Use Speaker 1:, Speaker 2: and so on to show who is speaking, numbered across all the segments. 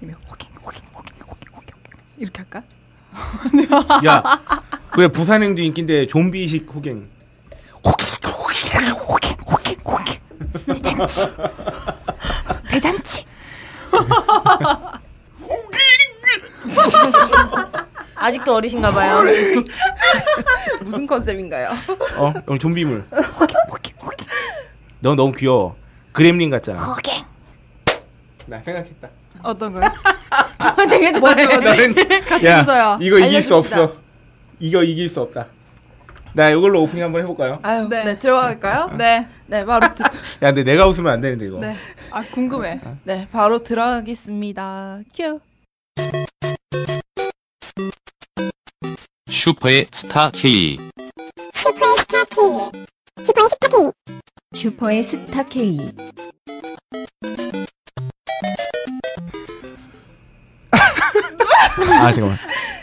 Speaker 1: 아니면 호킹 호킹 호킹 호킹 호킹 호킹 이렇게 할까?
Speaker 2: 야, 그래 부산행도 인기인데 좀비식 호갱.
Speaker 1: 호킹 호킹 호킹 호킹 호킹 대잔치 대잔치
Speaker 3: 아직도 어리신가 봐요.
Speaker 4: 무슨 컨셉인가요?
Speaker 2: 어, 오늘 좀비물.
Speaker 1: 호킹 호킹 호킹
Speaker 2: 너 너무 귀여워. 그렘린 같잖아.
Speaker 1: 호킹
Speaker 2: 나 생각했다. 뭐,
Speaker 1: 어떤 거요?
Speaker 3: 되게 좋아해.
Speaker 2: 나는 같이
Speaker 4: 웃어요.
Speaker 2: 이거 이길 수
Speaker 3: 알려줍시다.
Speaker 2: 없어. 이거 이길 수 없다. 나 이걸로 오프닝 한번 해볼까요?
Speaker 4: 아유,
Speaker 1: 네.
Speaker 4: 네, 들어갈까요?
Speaker 1: 네.
Speaker 4: 네, 바로 듣,
Speaker 2: 야, 근데 내가 웃으면 안 되는데 이거.
Speaker 1: 네. 아 궁금해.
Speaker 4: 네, 바로 들어가겠습니다. 큐.
Speaker 5: 슈퍼의 스타 K.
Speaker 6: 슈퍼의 스타 K.
Speaker 2: 아 잠깐만.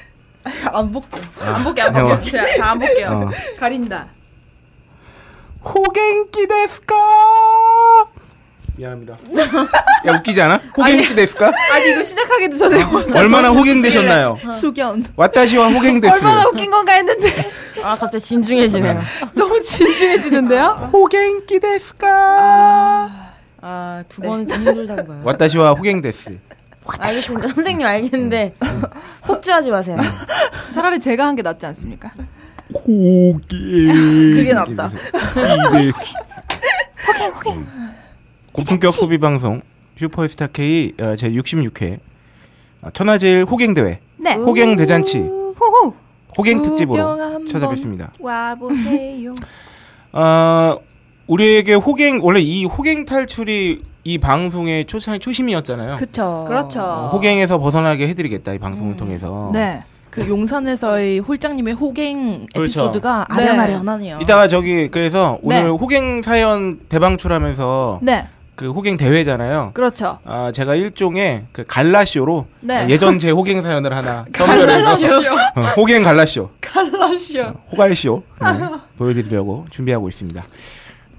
Speaker 4: 안 볼게.
Speaker 2: 안
Speaker 3: 볼게요, 안 볼게요. 제가 다안 볼게요.
Speaker 2: 어.
Speaker 3: 가린다.
Speaker 2: 호갱기 데스까? 미안합니다. 야 웃기지 않아? 호갱기 데스까? 어,
Speaker 4: 아니 이거 시작하기도 전에 혼자
Speaker 2: 얼마나
Speaker 4: 던졌지.
Speaker 2: 호갱 되셨나요?
Speaker 1: 어. 네.
Speaker 4: 숙연.
Speaker 2: 왓다시와 호갱 데스.
Speaker 4: 얼마나 아, 웃긴 건가 했는데
Speaker 3: 아 갑자기 진중해지네요.
Speaker 4: 너무 진중해지는데요?
Speaker 2: 호갱기 데스까?
Speaker 3: 아두 번은 네. 힘들다는 거예요.
Speaker 2: 왓다시와 호갱 데스.
Speaker 3: 알겠습니다. 선생님 알겠는데 폭주하지 마세요.
Speaker 1: 차라리 제가 한 게 낫지 않습니까?
Speaker 2: 호갱.
Speaker 4: 그게 낫다.
Speaker 2: 호갱 호갱. 음. 고품격 소비 방송 슈퍼스타 K 어, 제 66회 아, 천하제일 호갱 대회
Speaker 4: 네.
Speaker 2: 호갱 대잔치
Speaker 4: 호호.
Speaker 2: 호갱
Speaker 4: 구경
Speaker 2: 특집으로
Speaker 4: 한번
Speaker 2: 찾아뵙습니다.
Speaker 4: 와 보세요.
Speaker 2: 아 우리에게 호갱 원래 이 호갱 탈출이 이 방송의 초창 초심이었잖아요.
Speaker 4: 그쵸.
Speaker 2: 어,
Speaker 3: 그렇죠.
Speaker 2: 호갱에서 벗어나게 해드리겠다 이 방송을 통해서.
Speaker 4: 네. 그 용산에서의 홀장님의 호갱
Speaker 2: 그렇죠.
Speaker 4: 에피소드가
Speaker 1: 네.
Speaker 4: 아련아련하네요.
Speaker 2: 이따가 저기 그래서 오늘
Speaker 1: 네.
Speaker 2: 호갱 사연 대방출하면서
Speaker 1: 네.
Speaker 2: 그 호갱 대회잖아요.
Speaker 1: 그렇죠.
Speaker 2: 아 제가 일종의 그 갈라쇼로
Speaker 1: 네.
Speaker 2: 예전 제 호갱 사연을 하나 선별해서 어, 호갱 갈라쇼 어,
Speaker 1: 갈라쇼.
Speaker 2: 호갈쇼 네, 보여드리려고 준비하고 있습니다.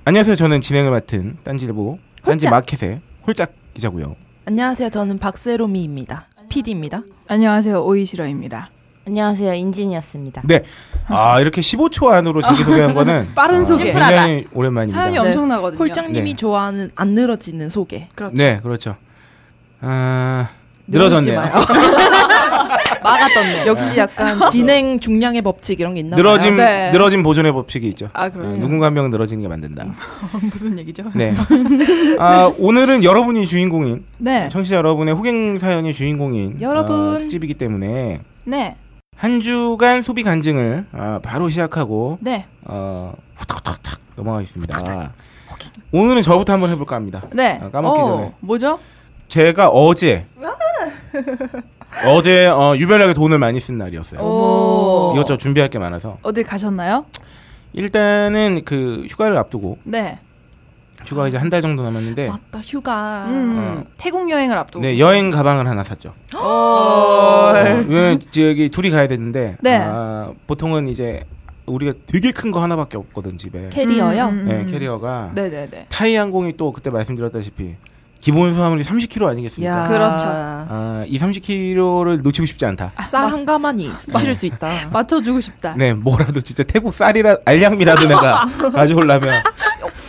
Speaker 2: 안녕하세요. 저는 진행을 맡은 딴지일보 딴지
Speaker 4: 홀짝.
Speaker 2: 마켓의 홀짝 기자고요.
Speaker 4: 안녕하세요. 저는 박세롬이입니다. PD입니다.
Speaker 1: 안녕하세요. 오이시러입니다.
Speaker 3: 안녕하세요 인진이었습니다.
Speaker 2: 네. 아 이렇게 15초 안으로 자기 소개한 거는
Speaker 1: 빠른
Speaker 2: 아,
Speaker 1: 소개.
Speaker 2: 굉장히 오랜만입니다.
Speaker 1: 사연이 엄청나거든요.
Speaker 4: 홀장님이
Speaker 2: 네.
Speaker 4: 좋아하는 안 늘어지는 소개.
Speaker 1: 그렇죠.
Speaker 2: 네, 그렇죠. 아
Speaker 4: 늘어지지
Speaker 2: 늘어졌네요.
Speaker 4: 마요.
Speaker 1: 막았던데.
Speaker 4: 음, 역시 약간 진행 중량의 법칙 이런 게 있나
Speaker 2: 네.
Speaker 4: 봐요.
Speaker 2: 늘어짐
Speaker 1: 네.
Speaker 2: 늘어짐 보존의 법칙이 있죠.
Speaker 1: 아, 그렇죠.
Speaker 2: 네, 누군가 한 명은 늘어지는 게 만든다.
Speaker 1: 무슨 얘기죠?
Speaker 2: 네. 아 오늘은 여러분이 주인공인
Speaker 1: 네.
Speaker 2: 청취자 여러분의 호갱 사연이 주인공인
Speaker 4: 여러분.
Speaker 2: 아, 특집이기 때문에
Speaker 1: 네.
Speaker 2: 한 주간 소비 간증을 아, 바로 시작하고
Speaker 1: 네.
Speaker 2: 어, 후딱후딱 넘어가겠습니다. 오늘은 저부터 한번 해볼까 합니다.
Speaker 1: 네.
Speaker 2: 아, 까먹기
Speaker 1: 어,
Speaker 2: 전에.
Speaker 1: 뭐죠?
Speaker 2: 제가 어제 어제 어, 유별나게 돈을 많이 쓴 날이었어요.
Speaker 1: 오.
Speaker 2: 이것저것 준비할 게 많아서
Speaker 1: 어디 가셨나요?
Speaker 2: 일단은 그 휴가를 앞두고
Speaker 1: 네.
Speaker 2: 휴가 이제 한 달 정도 남았는데
Speaker 4: 맞다 휴가.
Speaker 1: 음. 태국 여행을 앞두고.
Speaker 2: 아.
Speaker 1: 어.
Speaker 2: 네 여행 가방을 하나 샀죠. 어, 왜 여기 둘이 가야 되는데
Speaker 1: 네.
Speaker 2: 아, 보통은 이제 우리가 되게 큰 거 하나밖에 없거든 집에
Speaker 4: 캐리어요.
Speaker 1: 음, 음,
Speaker 2: 네,
Speaker 1: 음.
Speaker 2: 캐리어가
Speaker 1: 네, 네, 네.
Speaker 2: 타이 항공이 또 그때 말씀드렸다시피 기본 수화물이 30kg 아니겠습니까?
Speaker 4: 야.
Speaker 1: 그렇죠.
Speaker 2: 아, 이 30kg를 놓치고 싶지 않다.
Speaker 4: 쌀 한 가마니 실을 수 있다.
Speaker 1: 맞춰 주고 싶다.
Speaker 2: 네, 뭐라도 진짜 태국 쌀이라 알량미라도 내가 가져오려면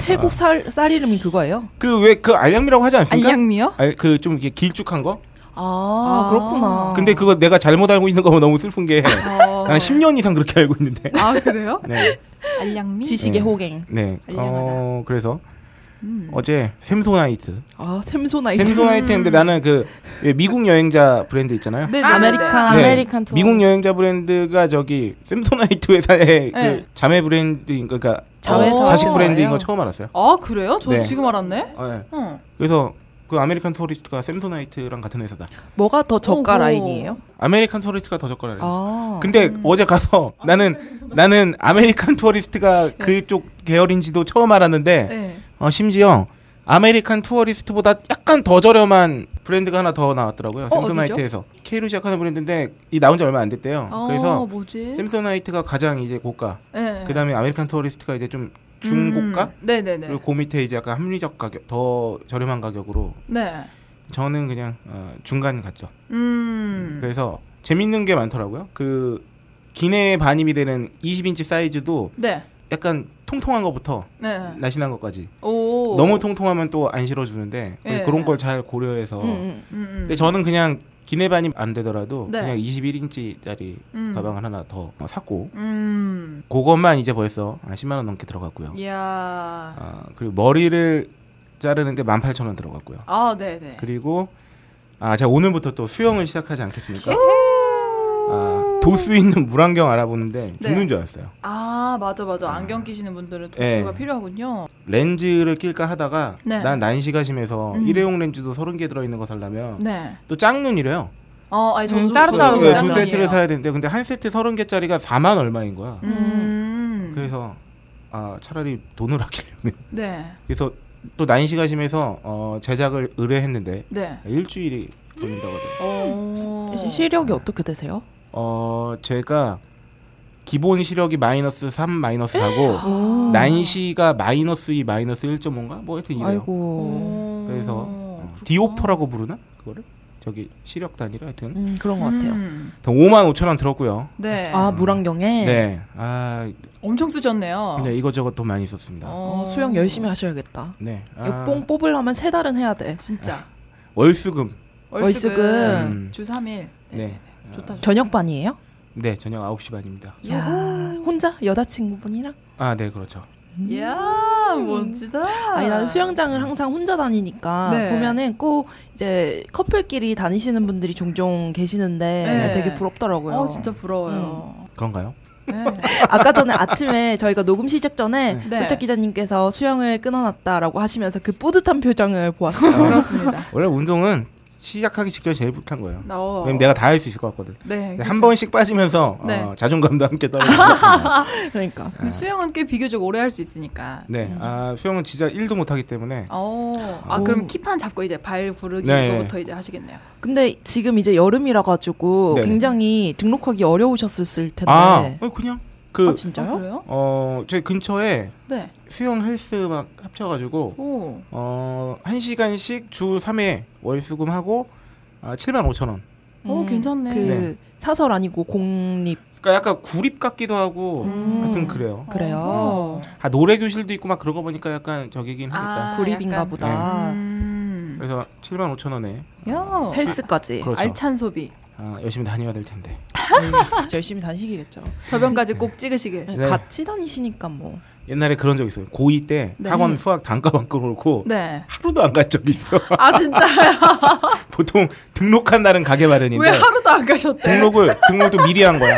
Speaker 4: 태국 쌀, 쌀 이름이 그거예요?
Speaker 2: 그 왜 그 알량미라고 하지 않습니까?
Speaker 1: 안양미요?
Speaker 2: 알, 그좀 이렇게 길쭉한 거?
Speaker 4: 아, 그렇구나.
Speaker 2: 근데 그거 내가 잘못 알고 있는 거면 너무 슬픈 게
Speaker 1: 어.
Speaker 2: 나는 10년 이상 그렇게 알고 있는데.
Speaker 1: 아, 그래요?
Speaker 2: 네.
Speaker 1: 안양미?
Speaker 2: 네.
Speaker 4: 지식의 호갱.
Speaker 2: 네. 어,
Speaker 1: 알량하다.
Speaker 2: 그래서
Speaker 1: 음.
Speaker 2: 어제 샘소나이트.
Speaker 4: 아 음. 샘소나이트.
Speaker 2: 샘소나이트인데 나는 그 미국 여행자 브랜드 있잖아요.
Speaker 1: 네, 네.
Speaker 3: 아,
Speaker 4: 아메리칸.
Speaker 3: 네. 아메리칸 투어.
Speaker 2: 미국 여행자 브랜드가 저기 샘소나이트
Speaker 1: 네.
Speaker 2: 회사의 그 자매 브랜드인 거- 그러니까
Speaker 4: 자회사
Speaker 2: 어, 자식
Speaker 4: 같은
Speaker 2: 브랜드인 거
Speaker 4: 거예요?
Speaker 2: 처음 알았어요.
Speaker 1: 아, 그래요? 저
Speaker 2: 네.
Speaker 1: 지금 알았네.
Speaker 2: 어, 네.
Speaker 1: 어.
Speaker 2: 그래서 그 아메리칸 투어리스트가 샘소나이트랑 같은 회사다.
Speaker 4: 뭐가 더 저가
Speaker 3: 오호.
Speaker 4: 라인이에요?
Speaker 2: 아메리칸 투어리스트가 더 저가라. 아.
Speaker 4: 아.
Speaker 2: 근데 어제 가서 나는 나는 아메리칸 투어리스트가
Speaker 4: 네.
Speaker 2: 그쪽 계열인지도 처음 알았는데
Speaker 1: 네.
Speaker 2: 어, 심지어 아메리칸 투어리스트보다 약간 더 저렴한 브랜드가 하나 더 나왔더라고요.
Speaker 1: 어디죠?
Speaker 2: 샘소나이트에서 K로 시작하는 브랜드인데 이 나온 지 얼마 안 됐대요.
Speaker 1: 어,
Speaker 2: 아, 그래서
Speaker 1: 뭐지?
Speaker 2: 샘소나이트가 가장 이제 고가.
Speaker 1: 네.
Speaker 2: 그다음에 아메리칸 투어리스트가 이제 좀 중고가
Speaker 1: 네, 네, 네.
Speaker 2: 그리고 그 밑에 이제 약간 합리적 가격 더 저렴한 가격으로
Speaker 1: 네.
Speaker 2: 저는 그냥 어, 중간 갔죠.
Speaker 1: 음.
Speaker 2: 그래서 재밌는 게 많더라고요. 그 기내에 반입이 되는 20인치 사이즈도
Speaker 1: 네.
Speaker 2: 약간 통통한 것부터
Speaker 1: 네.
Speaker 2: 날씬한 것까지
Speaker 1: 오.
Speaker 2: 너무 통통하면 또 안 실어주는데
Speaker 1: 어. 예.
Speaker 2: 그런 걸 잘 고려해서
Speaker 4: 음, 음.
Speaker 1: 음, 음.
Speaker 2: 근데 저는 그냥 기내 반입 안 되더라도
Speaker 1: 네.
Speaker 2: 그냥 21인치짜리
Speaker 1: 음.
Speaker 2: 가방을 하나 더 샀고
Speaker 1: 음.
Speaker 2: 그것만 이제 벌써 한 10만 원 넘게 들어갔고요.
Speaker 1: 예. 이야.
Speaker 2: 아, 그리고 머리를 자르는데 18,000원 들어갔고요.
Speaker 1: 아, 네, 네.
Speaker 2: 그리고 아 제가 오늘부터 또 수영을 시작하지 않겠습니까?
Speaker 1: 예.
Speaker 2: 아, 도수 있는 물안경 알아보는데 죽는
Speaker 1: 네.
Speaker 2: 줄 알았어요.
Speaker 1: 아, 맞아 맞아.
Speaker 2: 아.
Speaker 1: 안경 끼시는 분들은
Speaker 2: 예.
Speaker 1: 도수가 필요하군요.
Speaker 2: 렌즈를 낄까 하다가
Speaker 1: 네.
Speaker 2: 난 난시가 심해서
Speaker 1: 음.
Speaker 2: 일회용 렌즈도 30개 들어있는 거 살려면
Speaker 1: 네.
Speaker 2: 또 짝눈이래요.
Speaker 1: 어, 아니 저도
Speaker 3: 음, 따로 따로
Speaker 1: 저도
Speaker 2: 네, 두
Speaker 3: 짝눈이에요.
Speaker 2: 세트를 사야 되는데 근데 한 세트 30개짜리가 4만 얼마인 거야.
Speaker 1: 음.
Speaker 2: 그래서 아 차라리 돈을 아끼려면
Speaker 1: 네.
Speaker 2: 그래서 또 난시가 심해서 어, 제작을 의뢰했는데
Speaker 1: 네.
Speaker 2: 일주일이 걸린다고 하더라고요.
Speaker 1: 어.
Speaker 4: 음. 시력이 어떻게 되세요?
Speaker 2: 어 제가 기본 시력이 마이너스 3 마이너스 4고
Speaker 3: 음.
Speaker 4: 오.
Speaker 2: 난시가 마이너스 2 마이너스 1.5인가 뭐 하여튼 이래요.
Speaker 4: 아이고.
Speaker 1: 오.
Speaker 2: 그래서 어,
Speaker 1: 음, 그렇구나.
Speaker 2: 디옵터라고 부르나 그거를 저기 시력 단위로 하여튼
Speaker 4: 음, 그런 것 같아요.
Speaker 1: 음.
Speaker 2: 5만 5천 원 들었고요.
Speaker 1: 네.
Speaker 4: 아, 물안경에?
Speaker 2: 네, 아
Speaker 1: 엄청 쓰셨네요.
Speaker 2: 네, 이것저것 돈 많이 썼습니다.
Speaker 1: 어,
Speaker 4: 어, 수영 열심히 하셔야겠다.
Speaker 2: 네, 아,
Speaker 4: 육봉 뽑으려면 세 달은 해야 돼.
Speaker 1: 진짜.
Speaker 2: 월수금.
Speaker 1: 월수금
Speaker 2: 음.
Speaker 4: 월수금.
Speaker 1: 주 3일. 네.
Speaker 2: 네,
Speaker 1: 좋다. 좋다.
Speaker 4: 저녁반이에요?
Speaker 2: 네 저녁 9시 반입니다.
Speaker 4: 야 혼자 여자친구분이랑?
Speaker 2: 아, 네 그렇죠.
Speaker 1: 이야, 멋지다.
Speaker 4: 아니 나는 수영장을 항상 혼자 다니니까
Speaker 1: 네.
Speaker 4: 보면은 꼭 이제 커플끼리 다니시는 분들이 종종 계시는데
Speaker 1: 네.
Speaker 4: 되게 부럽더라고요.
Speaker 1: 어, 진짜 부러워요.
Speaker 2: 그런가요?
Speaker 1: 네.
Speaker 2: 어.
Speaker 4: 아까 전에 아침에 저희가 녹음 시작 전에
Speaker 1: 네.
Speaker 4: 도착 기자님께서 수영을 끊어놨다라고 하시면서 그 뿌듯한 표정을 보았어요.
Speaker 1: 그렇습니다.
Speaker 2: 원래 운동은 시작하기 직전이 제일 못한 거예요.
Speaker 1: 어.
Speaker 2: 왜냐면 내가 다 할 수 있을 것 같거든.
Speaker 1: 네.
Speaker 2: 근데
Speaker 1: 그쵸.
Speaker 2: 한 번씩 빠지면서
Speaker 1: 네.
Speaker 2: 어, 자존감도 함께 떨어지고.
Speaker 4: 그러니까
Speaker 1: 근데 수영은 꽤 비교적 오래 할 수 있으니까.
Speaker 2: 네, 아, 수영은 진짜 1도 못하기 때문에
Speaker 1: 어. 아,
Speaker 4: 오.
Speaker 1: 그럼 킵판 잡고 이제 발 구르기
Speaker 2: 네.
Speaker 1: 이거부터 이제 하시겠네요.
Speaker 4: 근데 지금 이제 여름이라 가지고
Speaker 2: 네.
Speaker 4: 굉장히 등록하기 어려우셨을 텐데.
Speaker 2: 아 어, 그냥
Speaker 4: 아,
Speaker 2: 그
Speaker 1: 아,
Speaker 4: 진짜요?
Speaker 1: 그래요?
Speaker 2: 어, 저희 근처에
Speaker 1: 네.
Speaker 2: 수영 헬스 막 합쳐가지고
Speaker 1: 오.
Speaker 2: 어, 1시간씩 주 3회 월수금하고 아, 7만 5천 원.
Speaker 1: 오, 어, 괜찮네.
Speaker 4: 그
Speaker 2: 네.
Speaker 4: 사설 아니고 공립
Speaker 2: 그러니까 약간 구립 같기도 하고
Speaker 4: 음.
Speaker 2: 하여튼 그래요.
Speaker 4: 그래요.
Speaker 1: 어.
Speaker 2: 아, 노래 교실도 있고 막 그러고 보니까 약간 저기긴 하겠다.
Speaker 1: 아,
Speaker 4: 구립인가
Speaker 1: 약간.
Speaker 4: 보다.
Speaker 2: 네.
Speaker 1: 음.
Speaker 2: 그래서 7만 5천 원에
Speaker 1: 야.
Speaker 4: 헬스까지
Speaker 2: 그렇죠.
Speaker 1: 알찬 소비.
Speaker 2: 아, 열심히 다녀야 될 텐데.
Speaker 4: 네, 열심히 다니시겠죠.
Speaker 1: 저변까지 꼭 찍으시길.
Speaker 4: 네,
Speaker 2: 네.
Speaker 4: 같이 다니시니까 뭐.
Speaker 2: 옛날에 그런 적 있어요. 고2 때
Speaker 1: 네.
Speaker 2: 학원 수학 단가방 끌고
Speaker 1: 네.
Speaker 2: 하루도 안 간 적이 있어.
Speaker 1: 아 진짜요?
Speaker 2: 보통 등록한 날은 가게 마련인데
Speaker 1: 왜 하루도 네. 안 가셨대?
Speaker 2: 등록을 등록도 미리 한 거야.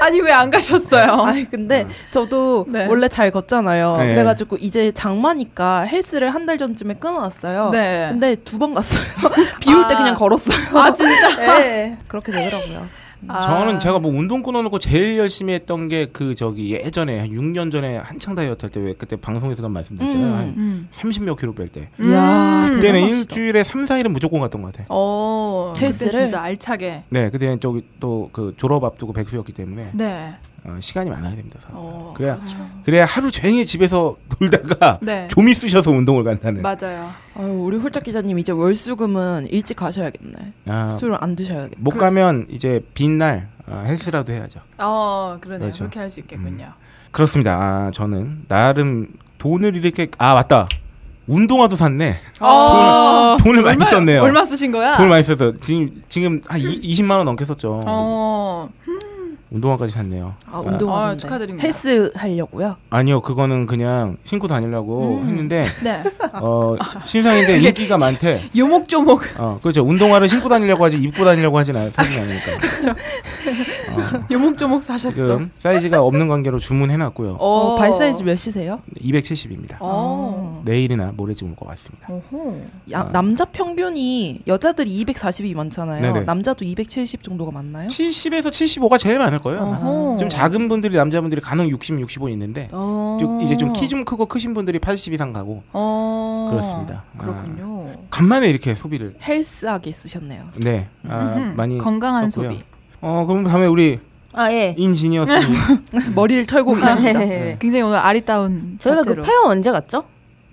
Speaker 1: 아니 왜 안 가셨어요?
Speaker 4: 아니 근데 저도
Speaker 1: 네.
Speaker 4: 원래 잘 걷잖아요.
Speaker 2: 네.
Speaker 4: 그래가지고 이제 장마니까 헬스를 한 달 전쯤에 끊어놨어요.
Speaker 1: 네.
Speaker 4: 근데 두 번 갔어요. 비 올 때
Speaker 1: 아.
Speaker 4: 그냥 걸었어요.
Speaker 1: 아 진짜?
Speaker 4: 네. 그렇게 되더라고요.
Speaker 1: 아.
Speaker 2: 저는 제가 뭐 운동 끊어놓고 제일 열심히 했던 게 그 저기 예전에 한 6년 전에 한창 다이어트 할 때 왜 그때 방송에서도 말씀드렸잖아요.
Speaker 4: 음.
Speaker 2: 한
Speaker 1: 음.
Speaker 2: 30몇 킬로 뺄 때.
Speaker 4: 이야.
Speaker 1: 음.
Speaker 2: 그때는
Speaker 4: 대단하시다.
Speaker 2: 일주일에 3, 4일은 무조건 갔던 것 같아.
Speaker 1: 어. 그때
Speaker 4: 헬스를?
Speaker 1: 진짜 알차게.
Speaker 2: 네, 그때는 저기 또 그 졸업 앞두고 백수였기 때문에
Speaker 1: 네.
Speaker 2: 어, 시간이 많아야 됩니다. 사람.
Speaker 1: 어.
Speaker 2: 그래야 그래야 하루 종일 집에서 놀다가
Speaker 1: 네.
Speaker 2: 좀이 쑤셔서 운동을 간다는.
Speaker 1: 맞아요.
Speaker 4: 아유 우리 홀짝 기자님 이제 월수금은 일찍 가셔야겠네.
Speaker 2: 아,
Speaker 4: 술을 안 드셔야겠네.
Speaker 2: 못 가면 이제 빈날 어, 헬스라도 해야죠.
Speaker 1: 어 그러네요.
Speaker 2: 그렇죠.
Speaker 1: 그렇게 할 수 있겠군요.
Speaker 2: 그렇습니다. 아, 저는 나름 돈을 이렇게 아 맞다 운동화도 샀네.
Speaker 1: 어.
Speaker 2: 음. 돈을 많이 썼네요.
Speaker 1: 얼마 쓰신 거야?
Speaker 2: 돈을 많이 썼어. 지금 지금 한 이, 20만 원 넘게 썼죠.
Speaker 1: 어.
Speaker 2: 운동화까지 샀네요.
Speaker 4: 아 운동하는데.
Speaker 1: 아, 축하드립니다.
Speaker 4: 헬스 하려고요.
Speaker 2: 아니요, 그거는 그냥 신고 다니려고
Speaker 4: 음.
Speaker 2: 했는데
Speaker 1: 네.
Speaker 2: 어, 신상인데 인기가 많대.
Speaker 1: 요목조목.
Speaker 2: 어, 그렇죠. 운동화를 신고 다니려고 하지 입고 다니려고 하진 않, 사진 않으니까.
Speaker 1: 요목조목 사셨어.
Speaker 2: 지금 사이즈가 없는 관계로 주문해놨고요.
Speaker 1: 어.
Speaker 4: 어, 발 사이즈 몇이세요?
Speaker 2: 270입니다.
Speaker 1: 어.
Speaker 2: 내일이나 모레쯤 올 것 같습니다.
Speaker 1: 어허.
Speaker 4: 야,
Speaker 2: 아.
Speaker 4: 남자 평균이 여자들이 240이 많잖아요.
Speaker 2: 네네.
Speaker 4: 남자도 270 정도가 많나요?
Speaker 2: 70에서 75가 제일 많을 거예요. 아마.
Speaker 1: 어허.
Speaker 2: 좀 작은 분들이 남자분들이 간혹 60, 65 있는데
Speaker 1: 어.
Speaker 2: 좀 이제 좀 키 좀 크고 크신 분들이 80 이상 가고
Speaker 1: 어.
Speaker 2: 그렇습니다. 아.
Speaker 1: 그렇군요.
Speaker 2: 간만에 이렇게 소비를
Speaker 4: 헬스하게 쓰셨네요.
Speaker 2: 네 아,
Speaker 1: 음흠.
Speaker 2: 많이
Speaker 1: 건강한
Speaker 2: 썼고요.
Speaker 1: 소비.
Speaker 2: 어 그럼 다음에 우리
Speaker 3: 아
Speaker 2: 네.
Speaker 3: 예.
Speaker 2: 인지니어 씨
Speaker 4: 머리를 털고
Speaker 3: 아, 예,
Speaker 4: 계십니다.
Speaker 3: 예.
Speaker 1: 굉장히 오늘 아리따운
Speaker 3: 저희가 그
Speaker 1: 자태로.
Speaker 3: 페어 언제 갔죠?